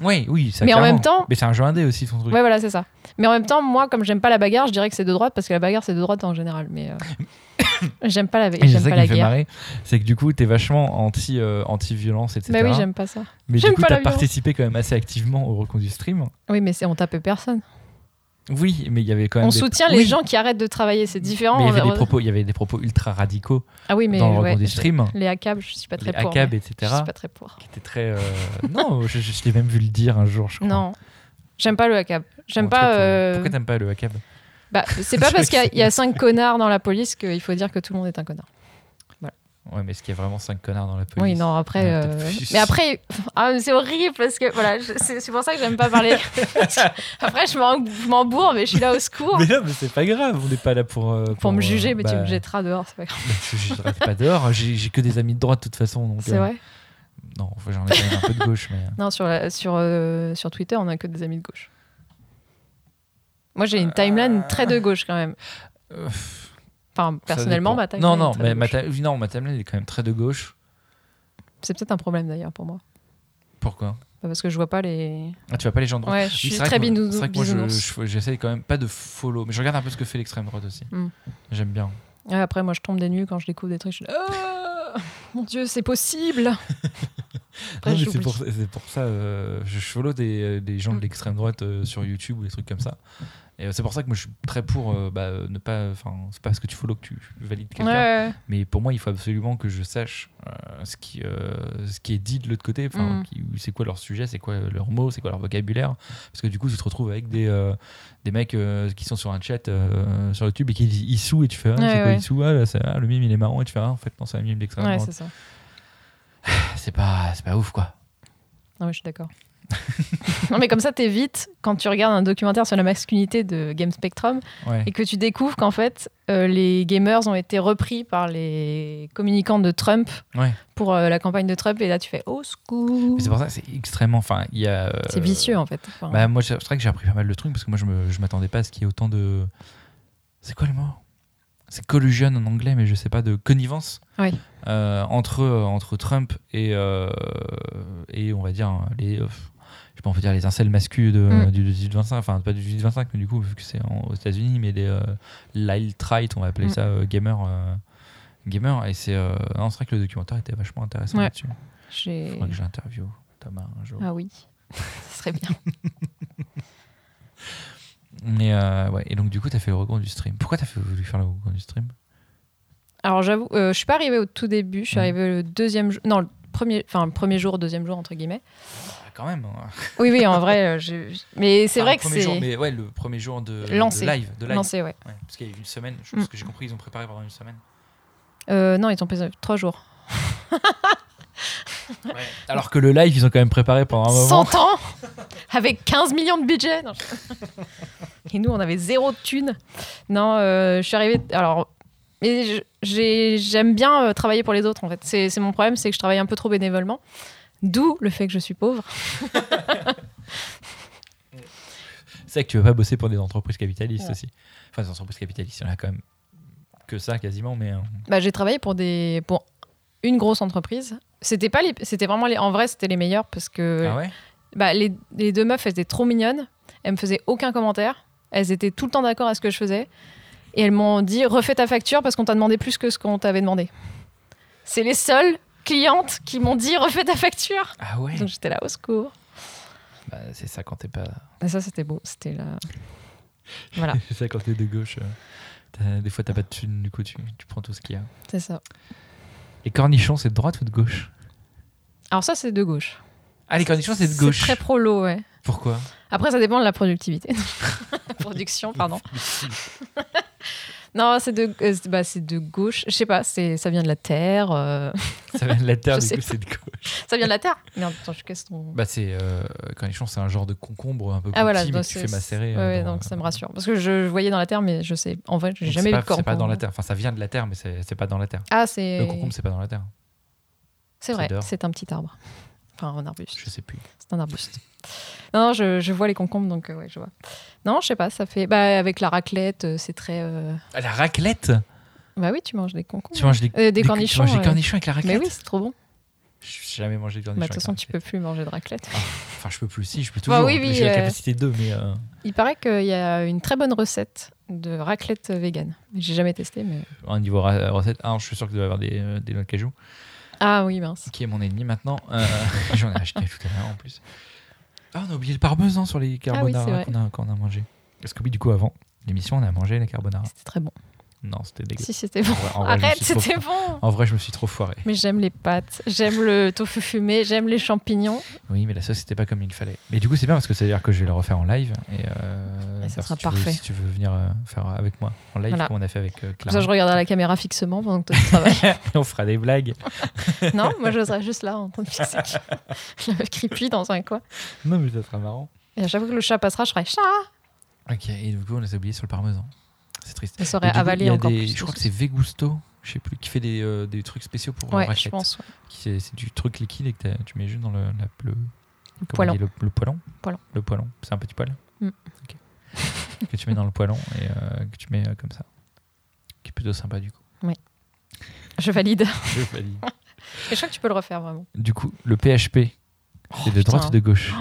S3: Oui, oui, ça
S1: Mais en
S3: clairement.
S1: même temps-
S3: Mais c'est un jeu indé aussi, son truc.
S1: Ouais, voilà, c'est ça. Mais en même temps, moi, comme j'aime pas la bagarre, je dirais que c'est de droite parce que la bagarre, c'est de droite en général. Mais euh, j'aime pas la,
S3: Et c'est
S1: j'aime
S3: ça
S1: pas
S3: qui
S1: la
S3: me fait
S1: guerre.
S3: marrer, c'est que du coup, t'es vachement anti, euh, anti-violence, etc.
S1: Bah oui, j'aime pas ça.
S3: mais du
S1: j'aime
S3: coup,
S1: pas la
S3: t'as
S1: violence.
S3: participé quand même assez activement au reconduit stream.
S1: Oui, mais c'est- on tapait personne.
S3: Oui, mais il y avait quand même.
S1: On
S3: des-
S1: soutient
S3: Oui,
S1: les gens qui arrêtent de travailler, c'est différent.
S3: Mais il y, avait
S1: On-
S3: des propos, il y avait des propos ultra radicaux
S1: Ah oui, mais
S3: dans le
S1: ouais,
S3: reconduit
S1: je-
S3: stream.
S1: Les ACAB, je suis pas très
S3: Les
S1: pour.
S3: ACAB,
S1: mais Je
S3: etc.
S1: suis pas très pour.
S3: qui était très. euh, non, je, je- je l'ai même vu le dire un jour, je crois.
S1: Non, j'aime pas le ACAB. J'aime
S3: En tout
S1: pas.
S3: cas,
S1: euh,
S3: Pourquoi t'aimes pas le ACAB
S1: bah, c'est pas
S3: Je
S1: parce qu'il y a-
S3: sais.
S1: il y, a cinq connards dans la police qu'il faut dire que tout le monde est un connard.
S3: Ouais, mais est-ce qu'il y a vraiment 5 connards dans la police
S1: Oui, non, après.
S3: Ouais,
S1: euh,
S3: peut-être plus.
S1: Mais après, ah, mais c'est horrible parce que voilà, je- c'est c'est pour ça que j'aime pas parler. après, je m'en- je m'embourre, mais je suis là au secours.
S3: Mais non, mais c'est pas grave, on n'est pas là pour. euh,
S1: Pour me
S3: euh,
S1: juger, mais tu
S3: bah,
S1: me jetteras dehors, c'est pas grave.
S3: bah, tu me jugeras pas dehors, j'ai j'ai que des amis de droite de toute façon. donc,
S1: C'est
S3: euh,
S1: vrai
S3: Non, enfin, j'en ai quand même un peu de gauche, mais. euh,
S1: Non, sur, la- sur, euh, sur Twitter, on a que des amis de gauche. Moi, j'ai une timeline très de gauche quand même.
S3: Euh,
S1: Enfin,
S3: Ça
S1: personnellement,
S3: dépend.
S1: ma timeline.
S3: Non,
S1: est
S3: non,
S1: très
S3: mais
S1: de
S3: ma,
S1: gauche.
S3: ta- non, ma timeline elle est quand même très de gauche.
S1: C'est peut-être un problème d'ailleurs pour moi.
S3: Pourquoi
S1: Bah, Parce que je vois pas les.
S3: ah, Tu vois pas les gens de droite
S1: Ouais,
S3: Oui,
S1: je suis
S3: c'est vrai
S1: très
S3: que moi-
S1: binou-
S3: C'est vrai que moi, je-
S1: bisounours.
S3: je- j'essaye quand même pas de follow, mais je regarde un peu ce que fait l'extrême droite aussi.
S1: Hmm.
S3: J'aime bien.
S1: Ouais, après, moi, je tombe des nues quand je découvre des trucs. Je suis là, Ah, mon Dieu, c'est possible Après,
S3: Non,
S1: j'oublie.
S3: mais
S1: Hmm.
S3: c'est pour, ça- c'est pour ça, euh, je je follow des, des gens de l'extrême droite euh, sur YouTube ou des trucs comme ça. Et euh, c'est pour ça que moi je suis très pour euh, bah, euh, ne pas. Enfin, c'est pas parce que tu follow que tu valides
S1: Ouais,
S3: quelqu'un.
S1: ouais, ouais.
S3: Mais pour moi, il faut absolument que je sache euh, ce, qui, euh, ce qui est dit de l'autre côté. Enfin,
S1: Mm.
S3: qui- c'est quoi leur sujet, c'est quoi leurs mots, c'est quoi leur vocabulaire. Parce que du coup, tu te retrouves avec des, euh, des mecs euh, qui sont sur un chat euh, sur YouTube et qui disent Issou et tu fais ah,
S1: Ouais,
S3: c'est quoi
S1: ouais.
S3: Issou Ah, là, ça- ah, le mime il est marrant et tu fais ah, en fait, non, c'est un mime d'extrême
S1: Ouais,
S3: droite.
S1: c'est ça.
S3: C'est pas, c'est pas ouf quoi.
S1: Non, mais je suis d'accord. non, mais comme ça, t'évites, quand tu regardes un documentaire sur la masculinité de Game Spectrum,
S3: Ouais.
S1: et que tu découvres qu'en fait, euh, les gamers ont été repris par les communicants de Trump
S3: Ouais.
S1: pour euh, la campagne de Trump, et là, tu fais au secours
S3: Mais c'est pour ça que c'est extrêmement. Enfin, il y a. euh,
S1: C'est vicieux en fait. Enfin,
S3: Bah, moi, c'est c'est vrai que j'ai appris pas mal de trucs parce que moi, je, me, je m'attendais pas à ce qu'il y ait autant de. C'est quoi le mot C'est collusion en anglais, mais je sais pas, de connivence
S1: Oui.
S3: Euh, entre, euh, entre Trump et, euh, et, on va dire, les. euh, je sais pas, on peut dire les incels masculins de,
S1: Mm.
S3: du 18-25, enfin pas du 18-25, mais du coup, vu que c'est en- aux États-Unis, mais des. Euh, l'alt-right, on va appeler
S1: Mm.
S3: ça euh, gamer. euh, gamer, et c'est. euh, non, c'est vrai que le documentaire était vachement intéressant
S1: Ouais.
S3: là-dessus.
S1: j'ai-
S3: Faudrait que je l'interviewe, Thomas, un jour.
S1: Ah oui, ce serait bien.
S3: Mais euh, ouais, et donc du coup, t'as fait le reconduit du stream. Pourquoi t'as fait- voulu faire le reconduit du stream
S1: Alors j'avoue, euh, je suis pas arrivée au tout début, je suis
S3: Mhm.
S1: arrivée le deuxième jour, non, le premier, enfin, premier jour, deuxième jour, entre guillemets.
S3: Ah, quand même. hein.
S1: Oui, oui, en vrai, euh, j'ai- mais c'est
S3: Enfin,
S1: vrai
S3: le
S1: que
S3: premier jour,
S1: c'est
S3: mais ouais, le premier jour de, de
S1: Lancé.
S3: live. De live.
S1: lancé, Mm. ouais.
S3: Ouais, parce qu'il y a eu une semaine, je pense que j'ai compris, ils ont préparé pendant une semaine.
S1: Euh, non, ils ont payé trois jours.
S3: Alors que le live, ils ont quand même préparé pendant un moment.
S1: 100 ans Avec 15 millions de budget Non, je- Et nous, on avait zéro thune. Non, euh, je suis arrivée... Alors, mais je- j'ai- j'aime bien euh, travailler pour les autres, en fait. C'est c'est mon problème, c'est que je travaille un peu trop bénévolement. D'où le fait que je suis pauvre.
S3: C'est vrai que tu veux pas bosser pour des entreprises capitalistes
S1: Ouais.
S3: aussi. Enfin, des entreprises capitalistes, il y en a quand même que ça quasiment, mais. euh,
S1: Bah, j'ai travaillé pour, des, pour une grosse entreprise. C'était pas les- c'était vraiment les, en vrai c'était les meilleurs parce que
S3: Ah ouais
S1: bah, les, les deux meufs, elles étaient trop mignonnes. Elles me faisaient aucun commentaire. Elles étaient tout le temps d'accord à ce que je faisais. Et elles m'ont dit refais ta facture parce qu'on t'a demandé plus que ce qu'on t'avait demandé. C'est les seules clientes qui m'ont dit refais ta facture.
S3: Ah ouais
S1: Donc j'étais là au secours.
S3: Bah, C'est Bah, ça quand t'es pas.
S1: Et ça, c'était beau. C'était là. Voilà,
S3: C'est ça quand t'es de gauche. euh, t'as- Des fois, t'as pas de thune, du coup, tu, tu prends tout ce qu'il y a.
S1: c'est ça.
S3: Les cornichons, c'est de droite ou de gauche
S1: Alors, ça, c'est de gauche.
S3: Ah, les cornichons, c'est de gauche.
S1: très prolo, ouais.
S3: Pourquoi
S1: Après, ça dépend de la productivité. Production, pardon. Non, c'est de, euh, c'est- bah, c'est de gauche. Je sais pas, c'est- ça vient de la terre. euh,
S3: Ça vient de la terre,
S1: Je
S3: du
S1: sais
S3: coup, c'est de gauche.
S1: Ça vient de la terre Merde, attends, je casse ton.
S3: Bah, c'est. euh, cornichon, c'est un genre de concombre un peu petit,
S1: Ah voilà,
S3: mais
S1: donc
S3: que tu
S1: c'est-
S3: fais macérer.
S1: Ouais,
S3: euh,
S1: ouais,
S3: dans-
S1: donc ça me rassure. Parce que je, je voyais dans la terre, mais je sais. En vrai, j'ai
S3: Donc,
S1: jamais
S3: c'est
S1: vu
S3: pas-
S1: de corps.
S3: C'est pas dans la terre. Enfin, ça vient de la terre, mais c'est c'est pas dans la terre.
S1: Ah, c'est.
S3: Le concombre, c'est pas dans la terre.
S1: C'est vrai,
S3: dehors.
S1: c'est un petit arbre. Enfin, un arbuste.
S3: Je sais plus.
S1: C'est un arbuste. Non, non, je, je vois les concombres, donc euh, ouais, je vois. Non, je sais pas, ça fait. Bah, avec la raclette, euh, c'est très. euh,
S3: Ah, La raclette
S1: Bah oui, tu manges des concombres.
S3: Tu manges des,
S1: Euh, des
S3: tu
S1: cornichons,
S3: manges des
S1: ouais.
S3: cornichons avec la
S1: Mais
S3: raclette
S1: oui, c'est trop bon.
S3: J'ai jamais mangé de
S1: Bah, De
S3: cornichons.
S1: toute
S3: avec
S1: façon,
S3: la
S1: tu peux plus manger de raclette.
S3: raclette. Enfin, je peux plus, si, je peux
S1: Bah
S3: toujours.
S1: oui, oui,
S3: J'ai la
S1: euh,
S3: capacité de, mais. euh,
S1: Il paraît qu'il y a une très bonne recette de raclette vegan. J'ai jamais testé, mais.
S3: Au niveau ra- recette, un, je suis sûr qu'il doit y avoir des, euh, des noix de cajou,
S1: Ah oui, mince.
S3: qui est mon ennemi maintenant. Euh, J'en ai acheté tout à l'heure en plus. Ah, on a oublié le parmesan sur les carbonara
S1: c'est vrai.
S3: qu'on a, qu'on a mangé. Parce que oui, du coup, avant l'émission, on a mangé la carbonara.
S1: C'était très bon.
S3: Non, c'était dégueu.
S1: Si, c'était bon.
S3: En vrai- en vrai, je me
S1: Arrête,
S3: suis trop-
S1: c'était bon.
S3: En vrai, je me suis trop foiré.
S1: Mais j'aime les pâtes, j'aime le tofu fumé, j'aime les champignons.
S3: Oui, mais la sauce, c'était pas comme il fallait. Mais du coup, c'est bien parce que ça veut dire que je vais le refaire en live. Et, euh,
S1: Et ça
S3: parce
S1: sera
S3: que tu veux-
S1: parfait.
S3: si tu veux venir euh, faire avec moi en live,
S1: Voilà.
S3: comme on a fait avec euh,
S1: Comme
S3: Clara,
S1: ça, je regarderai la caméra fixement pendant que toi tu travailles.
S3: on fera des blagues.
S1: non, moi, je serai juste là en train de fixer le meuf creepy dans un coin.
S3: Non, mais ça sera marrant.
S1: Et à chaque fois que le chat passera, je serai chat.
S3: Ok, et du coup, on les a oubliés sur le parmesan. C'est triste.
S1: Elle
S3: Et
S1: saurait
S3: du coup, il y
S1: avaler
S3: a
S1: encore
S3: des-
S1: plus.
S3: Je crois que c'est Vegusto, je sais plus, qui fait des, euh, des trucs spéciaux pour euh,
S1: Ouais, je
S3: raclette.
S1: pense. ouais.
S3: Qui C'est c'est du truc liquide et que t'as- tu mets juste dans le, la-
S1: Le
S3: le, comment on
S1: poêlon.
S3: dit, le, le poêlon.
S1: Poêlon.
S3: Le poêlon, c'est un petit poêle.
S1: Mm.
S3: Ok. que tu mets dans le poêlon et euh, que tu mets euh, comme ça. Qui est plutôt sympa du coup.
S1: Je valide.
S3: Je valide.
S1: Et je crois que tu peux le refaire vraiment.
S3: Du coup, le PHP, c'est de droite
S1: Oh, putain.
S3: ou de gauche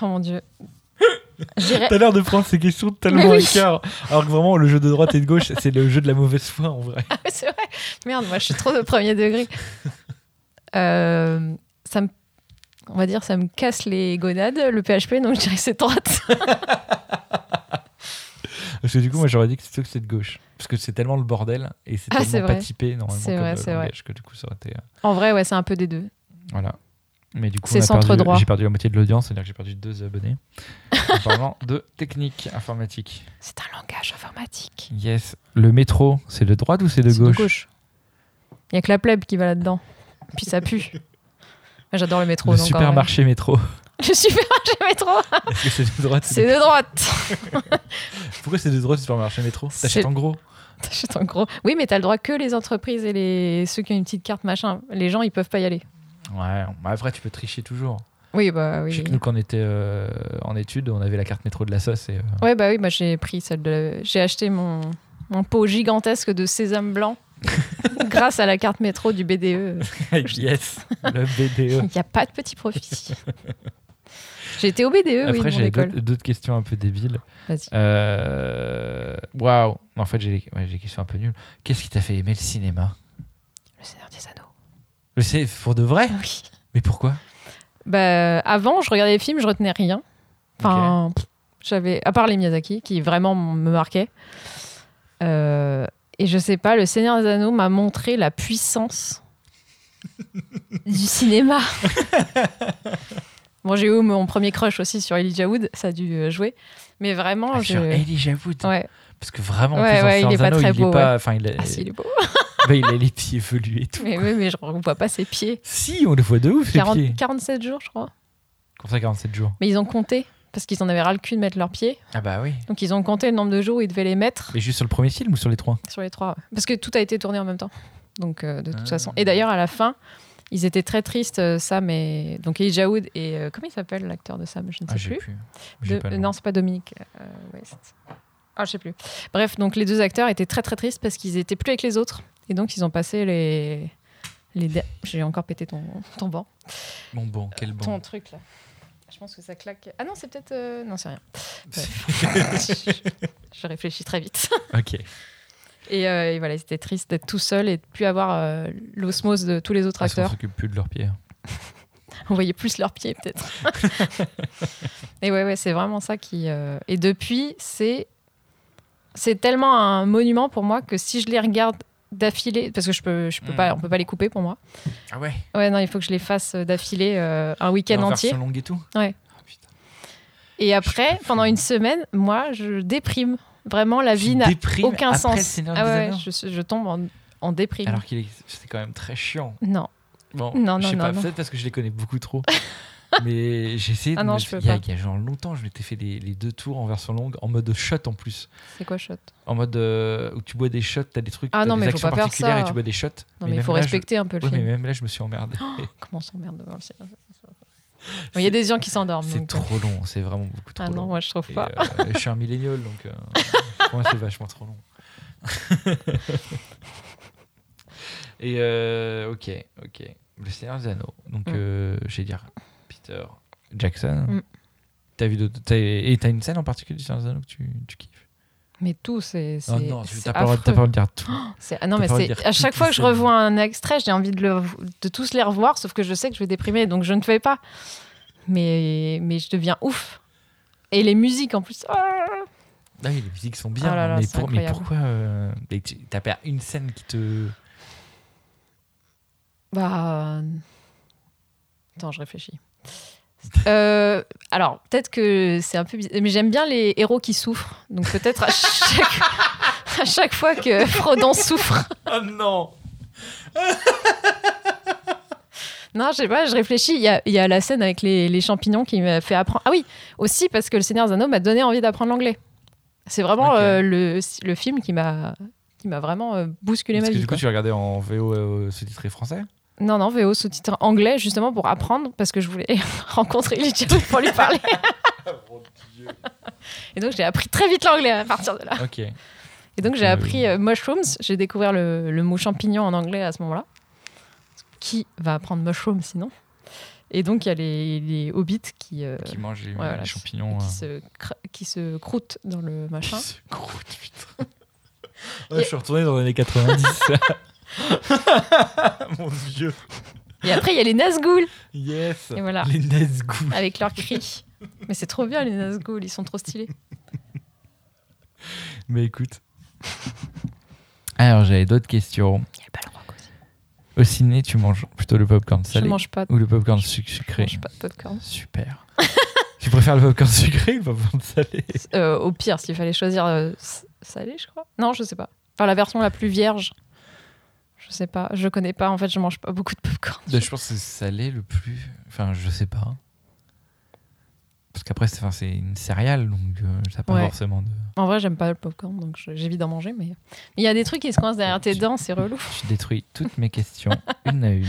S1: Oh mon dieu. J'irai.
S3: T'as l'air de prendre ces questions
S1: Eh. Mais
S3: tellement
S1: oui.
S3: à cœur. Alors que vraiment, le jeu de droite et de gauche, c'est le jeu de la mauvaise foi en vrai.
S1: Ah, c'est vrai. Merde, moi, je suis trop de premier degré. Euh, ça me. On va dire, ça me casse les gonades, le PHP, donc je dirais que c'est droite.
S3: Parce que du coup, moi, j'aurais dit que c'est que c'est de gauche. Parce que c'est tellement le bordel et c'est
S1: Ah, c'est
S3: tellement pas
S1: vrai.
S3: typé normalement
S1: C'est
S3: comme
S1: vrai,
S3: euh,
S1: c'est vrai.
S3: langage que du coup, ça aurait été. euh,
S1: En vrai, ouais, c'est un peu des deux.
S3: voilà. Mais du coup,
S1: C'est
S3: on a perdu-
S1: centre-droit.
S3: J'ai perdu la moitié de l'audience, c'est-à-dire que j'ai perdu deux abonnés. en parlant de technique informatique.
S1: C'est un langage informatique.
S3: Yes. Le métro, c'est de droite ou c'est de
S1: C'est
S3: gauche
S1: Il n'y a que la plèbe qui va là-dedans. Puis ça pue. Moi, J'adore le métro.
S3: Le
S1: donc, en vrai.
S3: supermarché métro.
S1: Le supermarché métro.
S3: Est-ce que c'est de droite ou de
S1: C'est de droite.
S3: Pourquoi c'est de droite le supermarché métro
S1: C'est-
S3: T'achètes en gros
S1: T'achètes en gros. Oui, mais t'as le droit que les entreprises et les... ceux qui ont une petite carte machin. Les gens, ils peuvent pas y aller.
S3: Ouais, bah après tu peux tricher toujours.
S1: Oui, bah
S3: Je
S1: oui.
S3: sais que nous, quand on était euh, en études, on avait la carte métro de la sauce et euh,
S1: Ouais, bah oui, bah, j'ai pris celle de. la- J'ai acheté mon... mon pot gigantesque de sésame blanc grâce à la carte métro du BDE.
S3: yes, le E. BDE.
S1: Il n'y a pas de petit profit. J'ai été au BDE, oui,
S3: Après,
S1: de mon
S3: j'avais
S1: école.
S3: d'autres d'autres questions un peu débiles.
S1: Vas-y.
S3: Euh, Waouh! En fait, j'ai ouais, j'ai des questions un peu nulles. Qu'est-ce qui t'a fait aimer le cinéma?
S1: Le Seigneur des Anneaux. Ah
S3: Je sais, pour de vrai?
S1: Oui.
S3: Mais pourquoi?
S1: Bah, avant, je regardais les films, je retenais rien. Enfin, pff, j'avais, à part les Miyazaki, qui vraiment m- me marquaient. Euh, et je sais pas, le Seigneur des Anneaux m'a montré la puissance du cinéma. bon, j'ai eu mon premier crush aussi sur Elijah Wood, ça a dû euh, jouer. Mais vraiment,
S3: Ah,
S1: Oh, je...
S3: sur Euh, Elijah Wood.
S1: ouais.
S3: Parce que vraiment,
S1: Ouais,
S3: en
S1: ouais,
S3: plus,
S1: il est pas très beau,
S3: Pas, enfin, il, a,
S1: Ah, si, il est beau.
S3: bah, il a les pieds velus et tout.
S1: mais, mais, mais je ne vois pas ses pieds.
S3: Si, on le voit de ouf, les
S1: 40,
S3: pieds.
S1: 47 jours, je crois.
S3: Comme ça, 47 jours.
S1: Mais ils ont compté, parce qu'ils en avaient ras le cul de mettre leurs pieds.
S3: Ah bah oui.
S1: Donc ils ont compté le nombre de jours où ils devaient les mettre
S3: Mais juste sur le premier film ou sur les trois
S1: sur les trois. ouais. Parce que tout a été tourné en même temps. Donc euh, de toute
S3: Ah.
S1: façon. Et d'ailleurs, à la fin, ils étaient très tristes, euh, Sam et. Donc Elijah Wood et. euh, comment il s'appelle l'acteur de Sam Je ne sais
S3: Ah, j'ai
S1: plus.
S3: plus. J'ai
S1: De-
S3: pas
S1: euh,
S3: le nom.
S1: non, c'est pas Dominique euh, West. Ah, je sais plus. Bref, donc les deux acteurs étaient très très tristes parce qu'ils étaient plus avec les autres. Et donc ils ont passé les. les der- J'ai encore pété ton, ton banc.
S3: Bon, bon, quel
S1: Ton
S3: bon.
S1: truc là. Je pense que ça claque. Ah non, c'est peut-être. euh, Non, c'est rien. je, je réfléchis très vite.
S3: ok. Ah,
S1: Et, euh, et voilà, c'était triste d'être tout seul et de plus avoir euh, l'osmose de tous les autres
S3: Ils ne
S1: acteurs.
S3: s'occupent plus de leurs pieds.
S1: On voyait plus leurs pieds peut-être. et ouais, ouais, c'est vraiment ça qui. euh, Et depuis, c'est c'est tellement un monument pour moi que si je les regarde d'affilée, parce que je peux, je peux
S3: Mm.
S1: pas, on peut pas les couper pour moi.
S3: Ah ouais
S1: Ouais, non, il faut que je les fasse euh, d'affilée euh, un week-end
S3: En
S1: entier.
S3: version longue et tout
S1: Ouais.
S3: Ah, putain.
S1: Et
S3: Je
S1: après,
S3: peux
S1: pendant
S3: plus.
S1: une semaine, moi, je déprime. Vraiment, la
S3: Tu
S1: vie n'a
S3: déprimes
S1: aucun
S3: après le
S1: sens.
S3: Seigneur
S1: Ah
S3: des
S1: ouais,
S3: Anneaux
S1: je, je tombe en, en déprime.
S3: Alors qu'il est... C'était quand même très chiant.
S1: Non.
S3: Bon,
S1: Non,
S3: je
S1: non,
S3: sais
S1: non,
S3: pas,
S1: non.
S3: peut-être parce que je les connais beaucoup trop. Mais j'ai essayé de
S1: Ah non,
S3: me-
S1: je peux
S3: il, y a,
S1: pas.
S3: il y a genre longtemps, je m'étais fait des- les deux tours en version longue, en mode shot en plus.
S1: C'est quoi, shot
S3: En mode euh, où tu bois des shots, t'as des trucs,
S1: Ah
S3: t'as
S1: non,
S3: des
S1: mais faut
S3: actions
S1: pas faire
S3: particulières et
S1: ça.
S3: tu bois des shots.
S1: Non, mais il
S3: même
S1: faut
S3: là, je-
S1: respecter un peu le
S3: Ouais, mais
S1: film. Oh,
S3: même là, je me suis emmerdé.
S1: Comment on s'emmerde devant le cinéma Il y a des gens qui s'endorment.
S3: c'est
S1: donc, euh,
S3: trop long, c'est vraiment beaucoup trop
S1: Ah non,
S3: long.
S1: moi je trouve
S3: Et,
S1: pas.
S3: euh, je suis un millénial, donc euh, pour moi, c'est vachement trop long. Et euh, ok, ok. Le Seigneur des Anneaux. Donc,
S1: Mm.
S3: euh, je vais dire Peter Jackson.
S1: Mm.
S3: T'as vu d'autres- t'as- et t'as une scène en particulier du Seigneur des Anneaux que tu, tu kiffes
S1: Mais tout, c'est. c'est-
S3: Oh non, tu-
S1: c'est
S3: t'as pas, le droit- t'as
S1: affreux.
S3: pas le droit de dire tout.
S1: C'est- ah non,
S3: t'as
S1: mais
S3: pas le
S1: c'est-
S3: droit de dire
S1: à chaque
S3: toutes
S1: fois
S3: les
S1: que je
S3: scènes.
S1: revois un extrait, j'ai envie de, le, de tous les revoir, sauf que je sais que je vais déprimer, donc je ne fais pas. Mais, mais je deviens ouf. Et les musiques en plus. ah
S3: Ah oui, les musiques sont bien,
S1: Ah là là,
S3: mais,
S1: c'est
S3: pour- mais
S1: incroyable.
S3: pourquoi euh, mais tu- T'as pas une scène qui te.
S1: Bah. euh, Attends, je réfléchis. Euh, alors, peut-être que c'est un peu bizarre, mais j'aime bien les héros qui souffrent. Donc, peut-être à chaque, à chaque fois que Frodon souffre.
S3: Oh non
S1: Non, je sais pas, je réfléchis. Il y a, il y a la scène avec les, les champignons qui m'a fait apprendre. Ah oui, aussi parce que Le Seigneur des Anneaux m'a donné envie d'apprendre l'anglais. C'est vraiment
S3: Ok.
S1: euh, le, le film qui m'a qui m'a vraiment euh, bousculé
S3: Parce
S1: ma
S3: que
S1: vie.
S3: du coup,
S1: quoi.
S3: tu regardais en VO euh, sous-titré français
S1: Non, non, VO sous-titre anglais, justement pour apprendre, parce que je voulais rencontrer Elijah Wood pour lui parler. Et donc j'ai appris très vite l'anglais à partir de là.
S3: Ok.
S1: Et donc j'ai
S3: Euh,
S1: appris euh, mushrooms, j'ai découvert le, le mot champignon en anglais à ce moment-là. Qui va apprendre mushroom sinon Et donc il y a les, les hobbits qui, euh,
S3: Qui mange les, les
S1: voilà,
S3: champignons.
S1: qui,
S3: euh.
S1: se cr- qui se croûtent dans le machin.
S3: Qui se croûte, putain.
S1: Ouais, je
S3: je suis retourné dans les années 90. Mon dieu.
S1: Et après il y a les Nazgûl
S3: Yes.
S1: Et voilà.
S3: Les Nazgûl.
S1: avec leurs cris. Mais c'est trop bien les Nazgûl, ils sont trop stylés.
S3: Mais écoute. Alors, j'avais d'autres questions.
S1: Il y a le ballon rock aussi.
S3: Au ciné, tu manges plutôt le popcorn
S1: Je
S3: salé
S1: mange pas,
S3: ou le popcorn suc-
S1: je
S3: sucré
S1: mange pas de popcorn.
S3: Super. tu préfères le popcorn sucré ou le popcorn salé
S1: Euh, au pire, s'il fallait choisir euh, s- salé, je crois. Non, je sais pas. Enfin, la version la plus vierge. Je sais pas. Je connais pas. En fait, je mange pas beaucoup de popcorn.
S3: Je pense que c'est salé le plus. Enfin, je sais pas. Parce qu'après, c'est enfin, c'est une céréale, donc euh, ça n'a pas
S1: Ouais.
S3: forcément de.
S1: En vrai, j'aime pas le popcorn, donc je- j'évite d'en manger. Mais mais il y a des trucs qui se coincent derrière tes dents, c'est relou.
S3: Tu détruis toutes mes questions, une à une.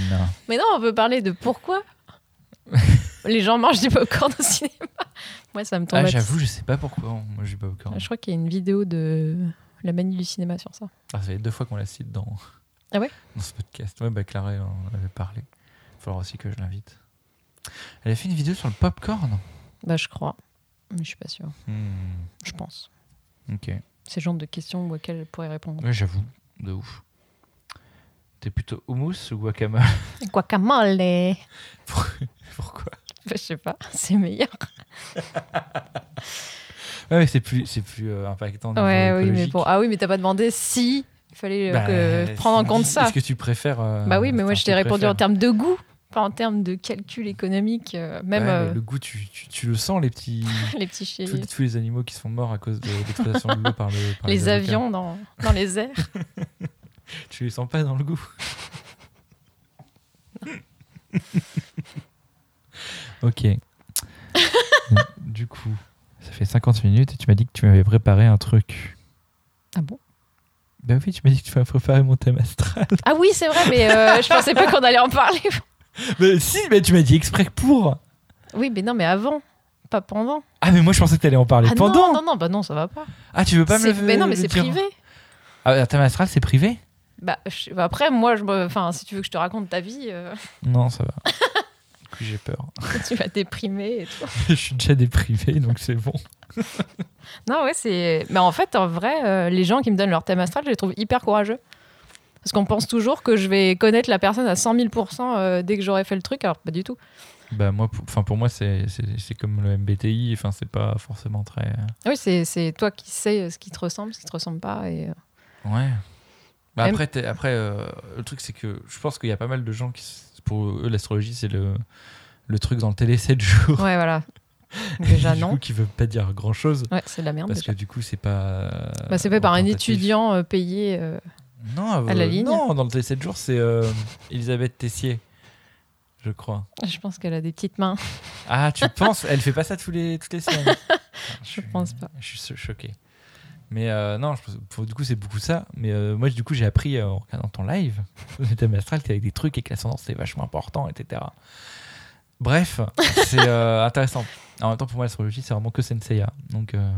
S1: Mais non, on peut parler de pourquoi les gens mangent du popcorn au cinéma. Moi, ça me tombe.
S3: Ah,
S1: à-
S3: j'avoue, je sais pas pourquoi. on- Moi, j'ai pas popcorn.
S1: Ah, Je crois qu'il y a une vidéo de la manie du cinéma sur ça.
S3: Ah, ça fait deux fois qu'on la cite dans.
S1: Ah ouais
S3: Dans ce podcast. Ouais, bah Clara, on en avait parlé. Il faudra aussi que je l'invite. Elle a fait une vidéo sur le popcorn.
S1: Bah, je crois. Mais je suis pas sûre.
S3: Hmm,
S1: Je pense.
S3: ok.
S1: C'est le genre de questions auxquelles elle pourrait répondre.
S3: Ouais, j'avoue, de ouf. T'es plutôt houmous ou guacamole
S1: Guacamole.
S3: Pourquoi
S1: Bah, je sais pas, c'est meilleur.
S3: Ouais, mais c'est plus, c'est plus euh, impactant. d'un
S1: Ouais,
S3: point de vue
S1: oui, mais
S3: écologique.
S1: bon. Ah oui, mais t'as pas demandé si Il fallait euh,
S3: Bah,
S1: que- prendre en compte ça.
S3: Est-ce que tu préfères. euh,
S1: Bah oui, mais moi
S3: enfin,
S1: je
S3: tu
S1: t'ai répondu
S3: préfères-
S1: en termes de goût, pas en termes de calcul économique, euh, même
S3: Ouais, mais
S1: euh,
S3: Le goût, tu, tu, tu le sens, les petits.
S1: les petits chiens.
S3: tous, tous les animaux qui sont morts à cause de l'exploitation de l'eau par, le, par
S1: Les
S3: avocats.
S1: avions dans, dans les airs.
S3: Tu les sens pas dans le goût. ok. Euh, du coup, ça fait 50 minutes et tu m'as dit que tu m'avais préparé un truc.
S1: Ah bon
S3: Ben oui, tu m'as dit que tu m'avais préparé mon thème astral.
S1: Ah oui, c'est vrai, mais euh, je pensais pas qu'on allait en parler.
S3: mais si, mais tu m'as dit exprès pour.
S1: Oui, mais non, mais avant, pas pendant.
S3: Ah, mais moi je pensais que t'allais en parler
S1: ah
S3: pendant.
S1: non, non, non, bah non, ça va pas.
S3: Ah, tu veux pas me
S1: C'est-
S3: le
S1: mais non, mais
S3: le
S1: c'est
S3: dire
S1: privé.
S3: Ah, un thème astral, c'est privé
S1: Bah, je- bah, après, moi, je me- enfin, si tu veux que je te raconte ta vie, euh,
S3: Non, ça va. du coup, j'ai peur.
S1: tu vas déprimer et tout.
S3: je suis déjà déprivé, donc c'est bon.
S1: Non, ouais, c'est. Mais en fait, en vrai, euh, les gens qui me donnent leur thème astral, je les trouve hyper courageux. Parce qu'on pense toujours que je vais connaître la personne à 100 000% euh, dès que j'aurai fait le truc, alors pas du tout.
S3: Bah moi, pour, enfin, pour moi, c'est c'est- c'est comme le MBTI, enfin, c'est pas forcément très...
S1: Ah Oui, c'est c'est toi qui sais euh, ce qui te ressemble, ce qui te ressemble pas. Et... euh,
S3: Ouais. Bah
S1: Même-
S3: après, t'es- après euh, le truc, c'est que je pense qu'il y a pas mal de gens qui, s- pour eux, l'astrologie, c'est le, le truc dans le télé 7 jours.
S1: Ouais, voilà. Déjà,
S3: Du
S1: non.
S3: coup, qui veut pas dire grand-chose,
S1: Ouais, c'est de la merde.
S3: parce euh,
S1: déjà.
S3: que du coup, c'est pas...
S1: Bah, c'est fait par un
S3: représentatif.
S1: étudiant euh, payé. euh,
S3: Non,
S1: à la
S3: euh,
S1: ligne.
S3: non, dans le télé 7 jours, c'est euh, Elisabeth Tessier, je crois.
S1: Je pense qu'elle a des petites mains.
S3: Ah, tu penses Elle fait pas ça tous les, toutes les semaines
S1: Je pense pas.
S3: Je suis so- choqué. Mais euh, non, je pense- pour- du coup, c'est beaucoup ça. Mais euh, moi, du coup, j'ai appris euh, en regardant ton live, le thème astral, qu'il y avait des trucs et que l'ascendance, c'est vachement important, etc. Bref, c'est euh, intéressant. En même temps, pour moi, l'astrologie, c'est vraiment que Senseiya. Donc, euh,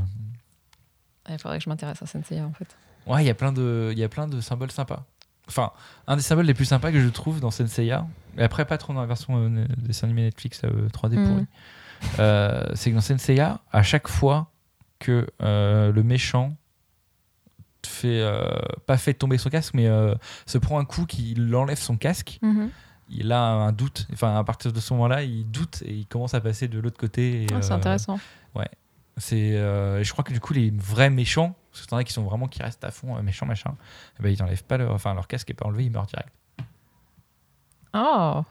S1: Il faudrait que je m'intéresse à Sensei en fait.
S3: ouais, il y a plein de il y a plein de symboles sympas. Enfin, un des symboles les plus sympas que je trouve dans Senseiya, et après, pas trop dans la version euh, ne- dessin animé Netflix euh, 3D
S1: Mhm.
S3: pourri, euh, c'est que dans Senseiya, à chaque fois que euh, le méchant te fait, euh, pas fait tomber son casque, mais euh, se prend un coup qui l'enlève son casque, il a un doute. Enfin, à partir de ce moment-là, il doute et il commence à passer de l'autre côté. et,
S1: Ah, c'est
S3: euh,
S1: intéressant.
S3: c'est, euh, je crois que du coup, les vrais méchants, parce que t'en as qui sont vraiment qui restent à fond, euh, méchants, machin, eh ben, ils n'enlèvent pas leur, enfin, leur casque est pas enlevé, ils meurent direct.
S1: Oh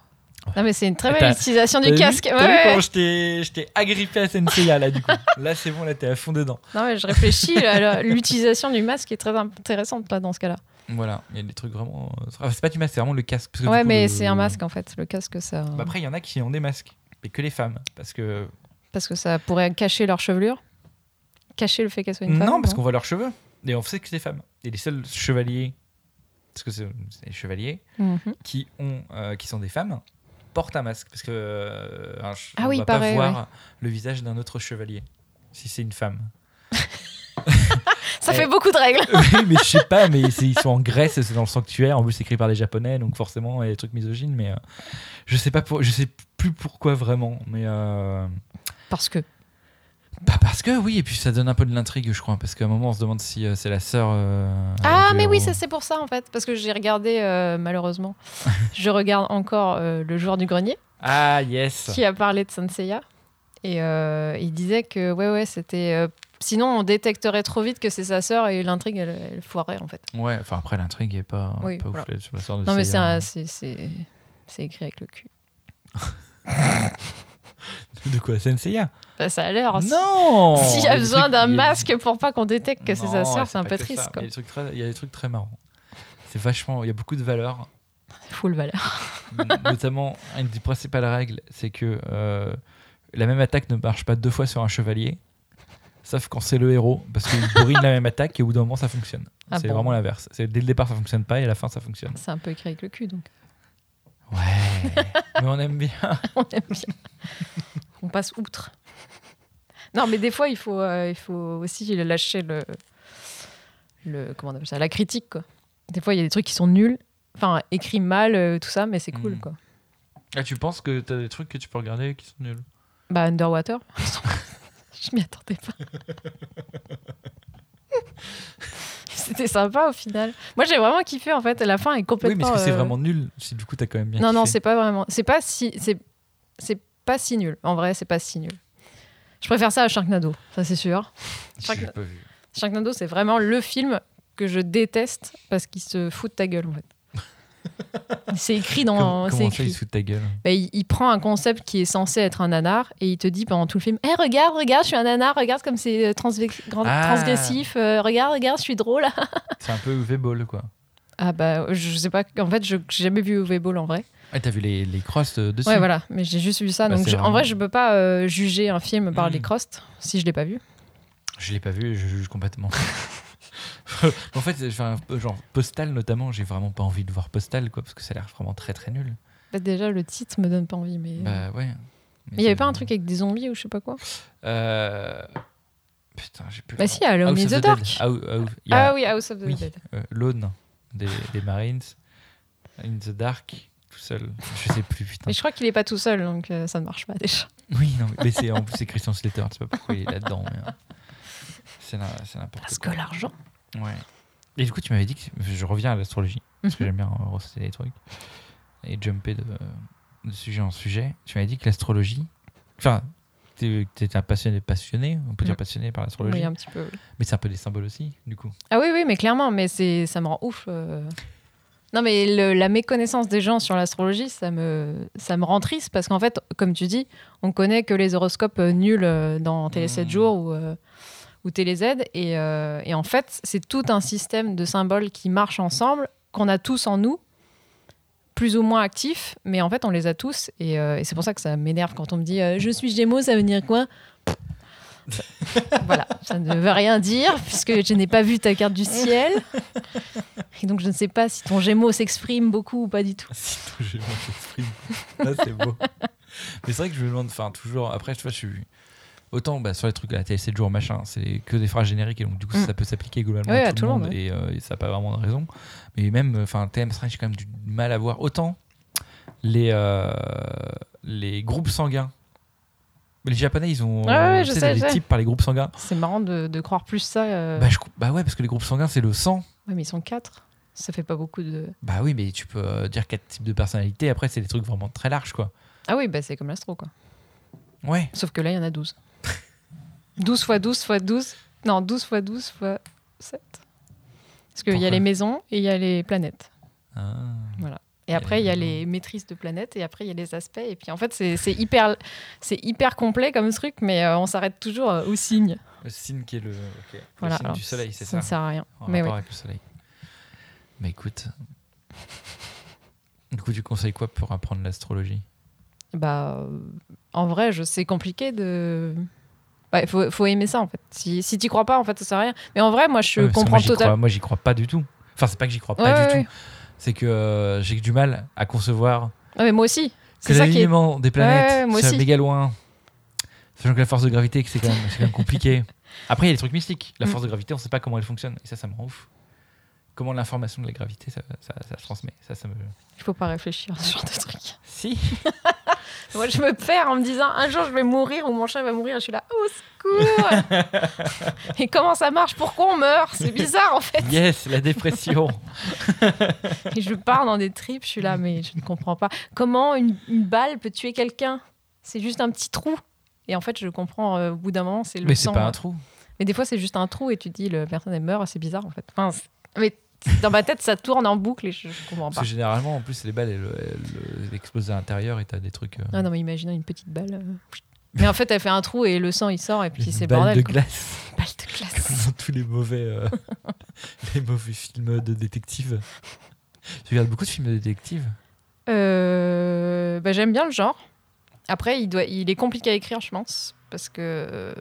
S1: Non, mais c'est une très
S3: Et
S1: belle
S3: t'as-
S1: utilisation
S3: T'as
S1: du
S3: vu-
S1: casque.
S3: t'as
S1: Ouais,
S3: vu
S1: ouais.
S3: comment je t'ai- je t'ai agrippé à Senseiya là, du coup. là, c'est bon, là, t'es à fond dedans.
S1: Non, mais je réfléchis. là, là, L'utilisation du masque est très intéressante pas dans ce cas-là.
S3: Voilà, il y a des trucs vraiment. ah, c'est pas du masque, c'est vraiment le casque. parce que du
S1: Ouais,
S3: coup,
S1: mais
S3: le-
S1: c'est un masque en fait. Le casque, ça.
S3: Bah, après, il y en a qui ont des masques, mais que les femmes, parce que.
S1: Parce que ça pourrait cacher leur chevelure. Cacher le fait qu'elle soit une femme.
S3: Non, parce qu'on voit leurs cheveux, et on sait que c'est des femmes. Et les seuls chevaliers, parce que c'est c'est des chevaliers,
S1: Mhm.
S3: qui ont euh, qui sont des femmes portent un masque parce que euh, un ch-
S1: Ah
S3: on
S1: oui,
S3: va
S1: pareil,
S3: pas voir le visage d'un autre chevalier si c'est une femme.
S1: Ça
S3: Eh.
S1: fait beaucoup de règles.
S3: oui, mais je sais pas, mais c'est- ils sont en Grèce, c'est dans le sanctuaire, en plus c'est écrit par les japonais, donc forcément il y a des trucs misogynes, mais euh, je sais pas pour, je sais plus pourquoi vraiment, mais euh,
S1: Parce que.
S3: bah parce que oui, et puis ça donne un peu de l'intrigue, je crois, parce qu'à un moment on se demande si euh, c'est la sœur. euh,
S1: Ah,
S3: du
S1: mais oui,
S3: héros.
S1: ça c'est pour ça en fait. Parce que j'ai regardé, euh, malheureusement, je regarde encore euh, Le joueur du grenier.
S3: Ah yes.
S1: qui a parlé de Senseiya. Et euh, il disait que, ouais, ouais, c'était. euh, sinon, on détecterait trop vite que c'est sa sœur et l'intrigue, elle, elle foirait, en fait.
S3: Ouais, enfin après l'intrigue est pas,
S1: Oui,
S3: pas ouf
S1: voilà.
S3: là, sur la sœur de
S1: Non, mais c'est
S3: Seiya.
S1: un- c'est c'est- c'est écrit avec le cul.
S3: de quoi Senseiya
S1: Bah, ça a l'air. si-
S3: Non
S1: S'il y a
S3: Il des
S1: besoin
S3: trucs-
S1: d'un
S3: il y a-
S1: masque pour pas qu'on détecte que c'est sa
S3: Non,
S1: sœur, c'est un
S3: pas
S1: peu
S3: que
S1: triste,
S3: ça.
S1: quoi.
S3: Il y a des trucs très, il y a des trucs très marrants. C'est vachement. Il y a beaucoup de valeurs.
S1: Full valeur.
S3: Notamment, une des principales règles, c'est que euh, la même attaque ne marche pas deux fois sur un chevalier. Sauf quand c'est le héros, parce qu'il bourrine la même attaque et au bout d'un moment ça fonctionne.
S1: Ah
S3: c'est
S1: bon
S3: vraiment l'inverse. C'est dès le départ ça fonctionne pas et à la fin ça fonctionne.
S1: C'est un peu écrit avec le cul, donc.
S3: Ouais. Mais on aime bien.
S1: On aime bien. on passe outre. Non, mais des fois, il faut, euh, il faut aussi lâcher le, le. Comment on appelle ça La critique, quoi. Des fois, il y a des trucs qui sont nuls. Enfin, écrits mal, euh, tout ça, mais c'est cool,
S3: Mm.
S1: quoi.
S3: Ah, tu penses que t'as des trucs que tu peux regarder qui sont nuls
S1: Bah, Underwater. Je m'y attendais pas. C'était sympa au final. Moi j'ai vraiment kiffé en fait. La fin est
S3: Oui,
S1: complètement.
S3: mais est-ce que c'est
S1: euh,
S3: vraiment nul Si du coup t'as quand même bien.
S1: Non, non,
S3: kiffé
S1: c'est pas vraiment. C'est pas si. C'est, c'est pas si nul. En vrai, c'est pas si nul. Je préfère ça à Sharknado, ça c'est sûr.
S3: J'ai
S1: Chaque-
S3: pas vu.
S1: Sharknado, c'est vraiment le film que je déteste parce qu'ils se foutent de ta gueule en fait. c'est écrit dans.
S3: Comme-
S1: c'est
S3: comment ça,
S1: écrit.
S3: il se fout de ta gueule
S1: Bah, il, il prend un concept qui est censé être un nanar et il te dit pendant tout le film Eh, regarde, regarde, je suis un nanar, regarde comme c'est euh, transve- grand-
S3: Ah.
S1: transgressif, euh, regarde, regarde, je suis drôle.
S3: C'est un peu UV Ball, quoi.
S1: ah bah, je sais pas, en fait, je j'ai jamais vu UV Ball en vrai.
S3: Ah, t'as vu les, les crosses euh, dessus
S1: Ouais, voilà, mais j'ai juste vu ça.
S3: Bah,
S1: donc,
S3: c'est
S1: je- en
S3: vraiment-
S1: vrai, je peux pas euh, juger un film par
S3: Mm.
S1: les crostes si je l'ai pas vu.
S3: Je l'ai pas vu, je juge complètement. en fait, c'est- enfin, genre Postal notamment, j'ai vraiment pas envie de voir Postal, quoi, parce que ça a l'air vraiment très très nul.
S1: Bah, déjà, le titre me donne pas envie, mais.
S3: Bah ouais.
S1: mais il y avait pas un truc avec des zombies ou je sais pas quoi
S3: Euh... Putain, j'ai plus.
S1: Bah si, à Alone
S3: House
S1: in
S3: of
S1: the
S3: Dead.
S1: Dark.
S3: Ah, ou- ah, ou- il y a-
S1: Ah oui, House of the
S3: oui,
S1: Dead.
S3: euh, Lone des, des Marines, In the Dark, tout seul. Je sais plus, putain.
S1: Mais je crois qu'il est pas tout seul, donc euh, ça ne marche pas déjà.
S3: Oui, non, mais c'est, en plus, c'est Christian Slater, je sais pas pourquoi il est là-dedans. mais, euh, c'est, na- c'est n'importe
S1: Parce que
S3: quoi.
S1: l'argent.
S3: Ouais. Et du coup, tu m'avais dit que je reviens à l'astrologie, parce
S1: Mhm.
S3: que j'aime bien euh, ressortir les trucs et jumper de, de sujet en sujet. Tu m'avais dit que l'astrologie. Enfin, tu étais un passionné, passionné, on peut dire
S1: Mm.
S3: passionné par l'astrologie,
S1: Oui, un petit peu.
S3: mais c'est un peu des symboles aussi, du coup.
S1: Ah oui, oui, mais clairement, mais c'est, ça me rend ouf. euh. Non, mais le- la méconnaissance des gens sur l'astrologie, ça me, ça me rend triste parce qu'en fait, comme tu dis, on connaît que les horoscopes euh, nuls euh, dans Télé 7
S3: Mm.
S1: jours ou, euh, ou Télé Z. Et, euh, et en fait, c'est tout un système de symboles qui marchent ensemble, qu'on a tous en nous, plus ou moins actifs, mais en fait, on les a tous. Et, euh, et c'est pour ça que ça m'énerve quand on me dit euh, Je suis Gémeaux, ça veut dire quoi voilà, ça ne veut rien dire puisque je n'ai pas vu ta carte du ciel. Et donc je ne sais pas si ton Gémeaux s'exprime beaucoup ou pas du tout.
S3: Si ton géant s'exprime. Là, c'est beau. Mais c'est vrai que je me demande, enfin, toujours. Après, tu vois, je suis. Autant bah, sur les trucs à la télé 7 jours, machin, c'est que des phrases génériques et donc du coup
S1: Mm.
S3: ça peut s'appliquer globalement
S1: Ouais,
S3: à, tout le monde, et, euh, et ça n'a pas vraiment de raison. Mais même, enfin, TM Strange, j'ai quand même du mal à voir. Autant les, euh, les groupes sanguins. Mais Les Japonais, ils ont euh,
S1: Ouais, ouais,
S3: tu
S1: je
S3: sais,
S1: sais,
S3: des
S1: je sais.
S3: types par les groupes sanguins.
S1: C'est marrant de, de croire plus ça. euh.
S3: Bah, je cou- bah ouais, parce que les groupes sanguins, c'est le sang.
S1: Ouais, mais ils sont quatre. Ça fait pas beaucoup de.
S3: Bah oui, mais tu peux euh, dire quatre types de personnalités. Après, c'est des trucs vraiment très larges, quoi.
S1: Ah oui, bah c'est comme l'astro quoi.
S3: Ouais.
S1: Sauf que là, il y en a 12. 12 fois 12 fois 12. Non, 12 fois 12 fois 7. Parce qu'il y
S3: Pourquoi
S1: a les maisons et il y a les planètes.
S3: Ah.
S1: Et après, il y a les maîtrises de planètes, et après, il y a les aspects. Et puis, en fait, c'est c'est hyper, c'est hyper complet comme truc, mais euh, on s'arrête toujours euh, au signe.
S3: Le signe qui est le, ok.
S1: Voilà,
S3: le signe
S1: alors,
S3: du soleil, c'est
S1: ne
S3: ça. hein,
S1: sert à rien.
S3: En
S1: Mais oui.
S3: rapport avec le soleil. Bah écoute. Du coup, tu conseilles quoi pour apprendre l'astrologie
S1: Bah, euh, en vrai, je- c'est compliqué de. bah, Il faut, faut aimer ça, en fait. Si, si t'y crois pas, en fait, ça sert à rien. Mais en vrai, moi, je
S3: Ah Ouais, parce que
S1: comprends
S3: moi, j'y
S1: totalement.
S3: crois- Moi, j'y crois pas du tout. Enfin, c'est pas que j'y crois
S1: Ouais,
S3: pas
S1: ouais,
S3: du
S1: ouais.
S3: tout. C'est que euh, j'ai du mal à concevoir
S1: Non, mais moi aussi.
S3: que
S1: C'est ça qui est.
S3: l'alignement des
S1: Ouais, ouais,
S3: planètes
S1: moi
S3: soit
S1: aussi.
S3: méga loin. Sachant que la force de gravité, que c'est quand, même- c'est quand même compliqué. Après, il y a des trucs mystiques.
S1: Mm.
S3: La force de gravité, on sait pas comment elle fonctionne. Et ça, ça me rend ouf. Comment l'information de la gravité, ça, ça, ça se transmet. Ça, ça me.
S1: Il faut pas réfléchir à ce genre de truc.
S3: Si
S1: Moi, je me perds en me disant un jour je vais mourir ou mon chat va mourir. Je suis là, au secours Et comment ça marche Pourquoi on meurt C'est bizarre en fait.
S3: Yes, la dépression.
S1: Et je pars dans des tripes, je suis là, mais je ne comprends pas. Comment une, une balle peut tuer quelqu'un C'est juste un petit trou. Et en fait, je comprends euh, au bout d'un moment, c'est le
S3: Mais c'est
S1: sang. euh, hein.
S3: pas un trou.
S1: Mais des fois, c'est juste un trou et tu te dis, le personne elle meurt, c'est bizarre en fait. Enfin, c'est- mais dans ma tête, ça tourne en boucle et je, je comprends
S3: Parce
S1: pas.
S3: que généralement, en plus, les balles, elles, elles- elles explosent à l'intérieur et t'as des trucs. euh,
S1: Ah non, mais imaginons une petite balle. euh, Mais en fait, elle fait un trou et le sang il sort et puis
S3: une
S1: c'est le
S3: balle
S1: bordel.
S3: de
S1: quoi.
S3: glace,
S1: Balle de glace.
S3: comme dans tous les mauvais, euh, les mauvais films de détectives. Tu regardes beaucoup de films de détectives.
S1: Euh, bah, J'aime bien le genre. Après, il, doit, il est compliqué à écrire, je pense. Parce que euh,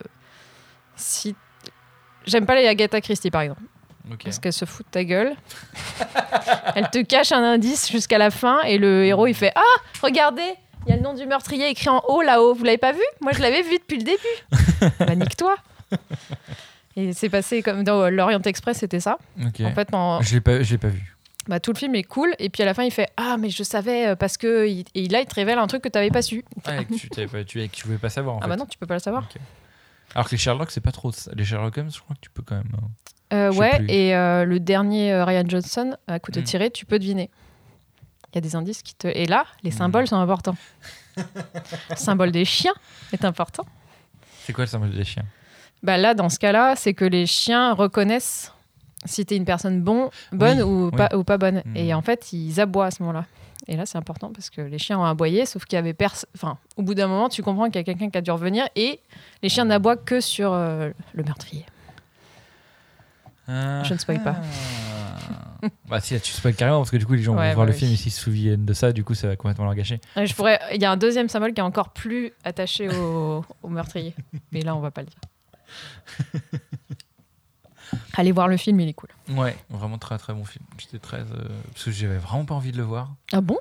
S1: si. J'aime pas les Agatha Christie, par exemple.
S3: Ok.
S1: Parce qu'elle se fout de ta gueule. Elle te cache un indice jusqu'à la fin et le héros, il fait Ah, regardez Il y a le nom du meurtrier écrit en haut là-haut. Vous l'avez pas vu Moi, je l'avais vu depuis le début. bah, nique-toi Et c'est passé comme dans L'Orient Express, c'était ça. En fait, en,
S3: Je l'ai pas, je l'ai pas vu.
S1: bah, tout le film est cool et puis à la fin il fait ah mais je savais euh, parce que il- et là il te révèle un truc que t'avais pas su
S3: Ah, et que tu, t'avais pas- tu, et que tu pouvais pas savoir. En
S1: ah
S3: fait.
S1: bah non tu peux pas le savoir
S3: Ok. Alors que les Sherlock, c'est pas trop. ça. Les Sherlock Holmes, je crois que tu peux quand même.
S1: Euh,
S3: euh, Je sais
S1: ouais
S3: plus.
S1: et euh, le dernier euh, Ryan Johnson à coup de
S3: Mm.
S1: tiré tu peux deviner il y a des indices qui te et là les
S3: Mm.
S1: symboles sont importants le symbole des chiens est important
S3: C'est quoi le symbole des chiens
S1: bah là dans ce cas là c'est que les chiens reconnaissent si t'es une personne bon, bonne
S3: Oui,
S1: ou,
S3: oui.
S1: Pas, ou pas bonne.
S3: Mm.
S1: Et en fait, ils aboient à ce moment-là. Et là, c'est important parce que les chiens ont aboyé, sauf qu'il y avait personne. Enfin, au bout d'un moment, tu comprends qu'il y a quelqu'un qui a dû revenir et les chiens n'aboient que sur euh, le meurtrier. Je ne spoil pas.
S3: Ah. bah si, là, tu spoil carrément parce que du coup les gens
S1: Ouais,
S3: vont voir
S1: bah
S3: le
S1: oui.
S3: film et s'ils se souviennent de ça, du coup ça va complètement leur gâcher.
S1: Et je pourrais. Il y a un deuxième symbole qui est encore plus attaché au, au meurtrier, mais là, on va pas le dire. Allez voir le film, il est cool.
S3: Ouais, vraiment très très bon film. J'étais très euh, parce que j'avais vraiment pas envie de le voir.
S1: Ah bon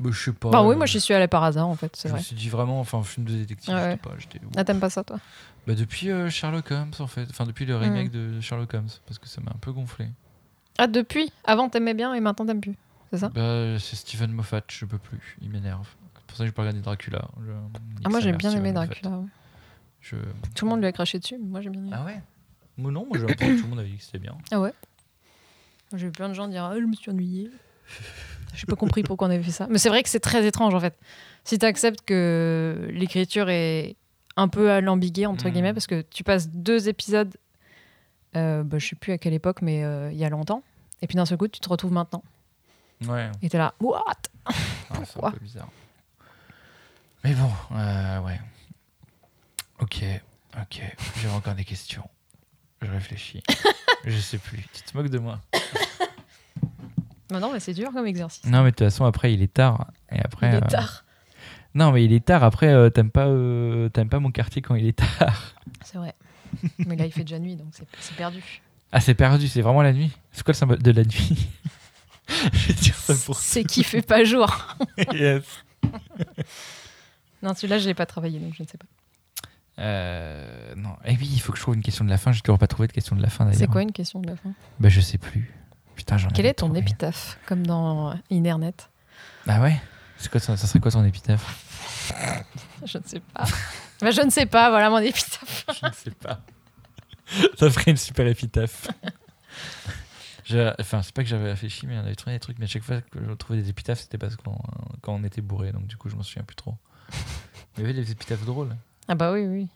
S3: Bah, je sais pas.
S1: Bah oui,
S3: euh,
S1: moi, j'y suis allée par hasard, en fait, c'est
S3: Je me
S1: vrai.
S3: suis dit vraiment, enfin, film de détective,
S1: Ouais,
S3: je
S1: ouais.
S3: sais pas, j'étais.
S1: Ah, t'aimes pas ça, toi
S3: Bah depuis euh, Sherlock Holmes en fait, enfin depuis
S1: Mm.
S3: le remake de Sherlock Holmes parce que ça m'a un peu gonflé.
S1: Ah, depuis Avant, t'aimais bien et maintenant, t'aimes plus. Ça
S3: Bah c'est Stephen Moffat, je peux plus, il m'énerve. C'est pour ça que j'ai pas regardé Dracula. Je-
S1: Ah,
S3: nique
S1: moi,
S3: sa
S1: j'ai
S3: mère,
S1: bien
S3: Stephen
S1: aimé
S3: Moffat.
S1: Dracula. ouais.
S3: Je-
S1: Tout le monde lui a craché dessus, mais moi, j'ai bien aimé.
S3: Ah ouais. Moi non, moi j'ai l'impression que tout le monde avait dit que c'était bien.
S1: J'ai eu plein de gens dire Ah, je me suis ennuyé. J'ai pas compris pourquoi on avait fait ça. Mais c'est vrai que c'est très étrange en fait. Si tu acceptes que l'écriture est un peu alambiquée, entre
S3: Mm.
S1: guillemets, parce que tu passes deux épisodes, euh, bah, je sais plus à quelle époque, mais euh, il y a longtemps, et puis d'un seul coup, tu te retrouves maintenant.
S3: Ouais.
S1: Et t'es là, what
S3: Ah, c'est
S1: Pourquoi
S3: un peu bizarre. Mais bon, euh, ouais. Ok, ok. J'avais encore des questions. Je réfléchis. je sais plus. Tu te moques de moi.
S1: Bah Non, mais c'est dur comme exercice.
S3: Non, mais de toute façon, après, il est tard. Et Hmm. après.
S1: il
S3: euh,
S1: est tard.
S3: Non, mais il est tard. Après, euh, t'aimes pas, euh, t'aimes pas mon quartier quand il est tard.
S1: C'est vrai. mais là, il fait déjà nuit, donc c'est- c'est perdu.
S3: Ah, c'est perdu. C'est vraiment la nuit. C'est quoi le symbole de la nuit Je vais dire ça pour.
S1: C'est qui fait pas jour.
S3: yes.
S1: Non, celui-là, je l'ai pas travaillé, donc je ne sais pas.
S3: Euh, non. Eh oui, il faut que je trouve une question de la fin. J'ai toujours pas trouvé de question de la fin d'ailleurs.
S1: C'est quoi une question de la fin
S3: Bah, je sais plus. Putain, j'en
S1: Quelle
S3: avais
S1: est ton
S3: trouvé.
S1: épitaphe, comme dans Internet
S3: Ah ouais C'est quoi ton- ça serait quoi ton épitaphe
S1: Je ne sais pas. Bah, je ne sais pas, voilà mon épitaphe.
S3: Je ne sais pas. ça ferait une super épitaphe. Je- enfin, c'est pas que j'avais réfléchi, mais on avait trouvé des trucs. Mais à chaque fois que je trouvais des épitaphes, c'était parce qu'on quand on était bourré. Donc du coup, je m'en souviens plus trop. Mais il y avait des épitaphes drôles.
S1: Ah bah oui, oui.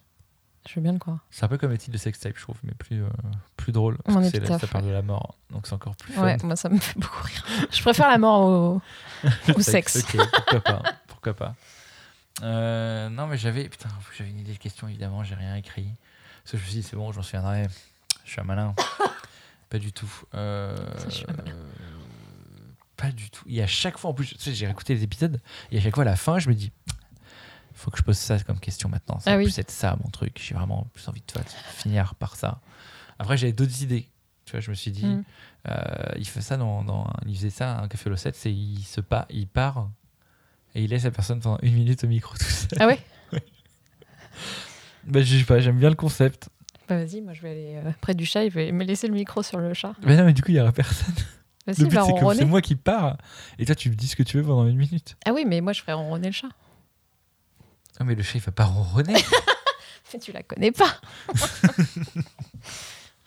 S1: Je veux bien le croire.
S3: C'est un peu comme les titres de sextape, je trouve, mais plus, euh, plus drôle. Parce
S1: Mon
S3: que c'est la- ça
S1: épitaphe,
S3: parle de la mort. Donc c'est encore plus fun.
S1: Ouais, moi ça me fait beaucoup rire. Je préfère la mort au...
S3: Le
S1: Ou sexe.
S3: Ok, pourquoi pas. Pourquoi pas. Euh, non, mais j'avais. Putain, j'avais une idée de question, évidemment, j'ai rien écrit. Parce que je me suis dit, c'est bon, j'en souviendrai. Je suis un malin. pas du tout. Euh,
S1: Je suis un
S3: pas du tout. Et à chaque fois, en plus, tu sais, j'ai réécouté les épisodes, et à chaque fois, à la fin, je me dis. Faut que je pose ça comme question maintenant. Ça
S1: Ah
S3: va
S1: oui.
S3: plus être ça mon truc. J'ai vraiment plus envie de, tu vois, de finir par ça. Après, j'avais d'autres idées. Tu vois, je me suis dit,
S1: Mm.
S3: euh, il fait ça dans, dans- il faisait ça à un café au 7 c'est il se pa- il part et il laisse la personne pendant une minute au micro tout seul.
S1: Ah ouais
S3: Bah, je sais pas, j'aime bien le concept.
S1: Bah vas-y, moi je vais aller euh, près du chat, il va me laisser le micro sur le chat.
S3: Mais non, mais du coup, il y aura personne.
S1: Vas-y, Ah
S3: Le
S1: il
S3: but,
S1: va
S3: c'est que c'est
S1: ronronner.
S3: moi qui pars et toi, tu me dis ce que tu veux pendant une minute.
S1: Ah oui, mais moi je ferai ronronner le chat.
S3: Non, mais le chat, il va pas ronronner.
S1: Mais tu la connais pas.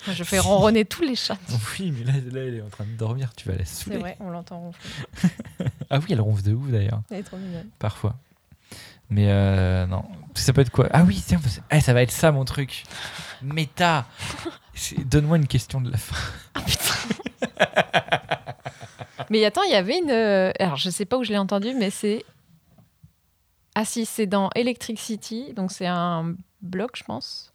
S1: Moi, je fais ronronner tous les chats.
S3: oui, mais là, là, elle est en train de dormir, tu vas la
S1: C'est
S3: saouler.
S1: vrai, on l'entend ronfler.
S3: Ah oui, elle ronfle de ouf d'ailleurs.
S1: Elle est trop mignonne.
S3: parfois. Mais euh, non, ça peut être quoi Ah oui, tiens, parce- eh, ça va être ça mon truc. Méta. C'est- Donne-moi une question de la fin.
S1: Mais attends, il y avait une. euh, Alors, je sais pas où je l'ai entendu, mais c'est. Ah si, c'est dans Electric City, donc c'est un blog, je pense.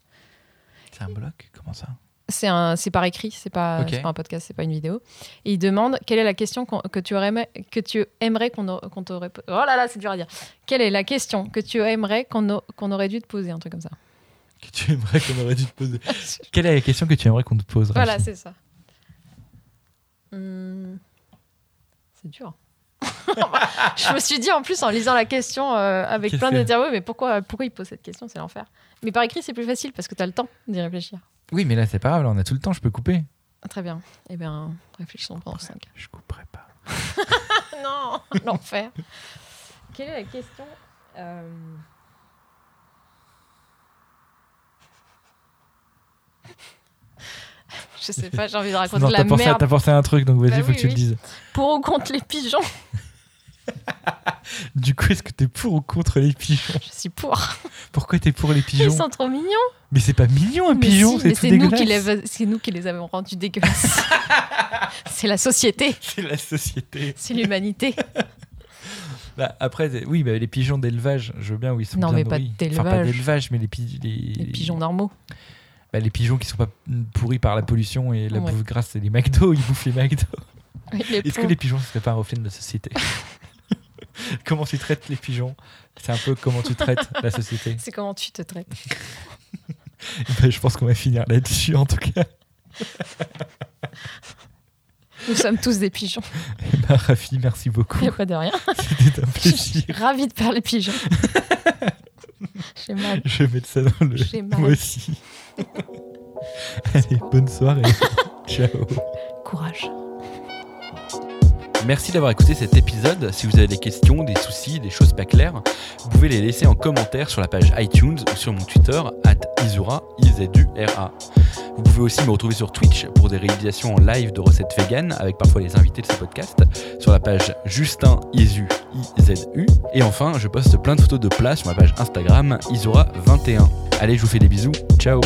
S3: C'est un bloc Comment ça
S1: C'est un, c'est par écrit, c'est pas,
S3: Ok.
S1: c'est pas un podcast, c'est pas une vidéo. Et il demande quelle est la question qu'on- que tu aurais aimé- que tu aimerais qu'on a- qu'on te réponde. Oh là là, c'est dur à dire. Quelle est la question que tu aimerais qu'on a- qu'on aurait dû te poser, un truc comme ça.
S3: Que tu aimerais qu'on aurait dû te poser Quelle est la question que tu aimerais qu'on te pose
S1: voilà,
S3: Rachid
S1: c'est ça. Hum, C'est dur. je me suis dit en plus en lisant la question euh, avec
S3: Qu'est-ce
S1: plein
S3: que-
S1: d'interviews, mais pourquoi, pourquoi il pose cette question C'est l'enfer. Mais par écrit, c'est plus facile parce que tu as le temps d'y réfléchir.
S3: Oui, mais là c'est pas grave, là, on a tout le temps, je peux couper.
S1: Ah, Très bien. Eh bien, réfléchissons pendant 5.
S3: Je couperai pas.
S1: non, l'enfer. Quelle est la question euh, Je sais pas, j'ai envie de raconter
S3: Non,
S1: la
S3: t'as pensé, à-
S1: merde.
S3: t'as pensé à un truc, donc vas-y,
S1: Bah
S3: faut
S1: oui,
S3: que tu
S1: oui.
S3: le dises.
S1: Pour ou contre les pigeons
S3: Du coup, est-ce que t'es pour ou contre les pigeons
S1: Je suis pour.
S3: Pourquoi t'es pour les
S1: Ils
S3: pigeons
S1: sont trop mignons.
S3: Mais c'est pas mignon un
S1: Mais
S3: pigeon,
S1: si,
S3: c'est
S1: mais
S3: tout
S1: c'est nous,
S3: dégueulasse.
S1: qui les- c'est nous qui les avons rendus dégueulasses. c'est la société,
S3: C'est la société.
S1: c'est l'humanité.
S3: Bah, après, c'est- oui, bah, les pigeons d'élevage, je veux bien, oui, ils sont
S1: Non,
S3: bien
S1: mais pas
S3: nourris.
S1: d'élevage.
S3: Enfin, pas d'élevage, mais les, pi- les-
S1: Les pigeons normaux.
S3: bah, les pigeons qui sont pas pourris par la pollution et la
S1: Ouais.
S3: bouffe grasse, c'est les McDo, ils bouffent les McDo.
S1: Les
S3: Est-ce que
S1: pauvres.
S3: les pigeons, ce serait pas un reflet de la société Comment tu traites les pigeons C'est un peu comment tu traites la société.
S1: C'est comment tu te traites.
S3: Bah, je pense qu'on va finir là-dessus, en tout cas.
S1: Nous sommes tous des pigeons.
S3: Et bah, Rafi, merci beaucoup.
S1: Il n'y a pas de rien.
S3: C'était un
S1: Je suis
S3: plaisir.
S1: ravie de parler pigeons. J'ai mal.
S3: Je vais mettre ça dans le.
S1: J'ai mal.
S3: Moi aussi. Allez, bonne soirée. Ciao.
S1: Courage.
S2: Merci d'avoir écouté cet épisode. Si vous avez des questions, des soucis, des choses pas claires, vous pouvez les laisser en commentaire sur la page iTunes ou sur mon Twitter, at Izura, I-Z-U-R-A. Vous pouvez aussi me retrouver sur Twitch pour des réalisations en live de recettes vegan avec parfois les invités de ce podcast sur la page Justin Izu, I-Z-U. Et enfin, je poste plein de photos de plats sur ma page Instagram, Izura21. Allez, je vous fais des bisous. Ciao!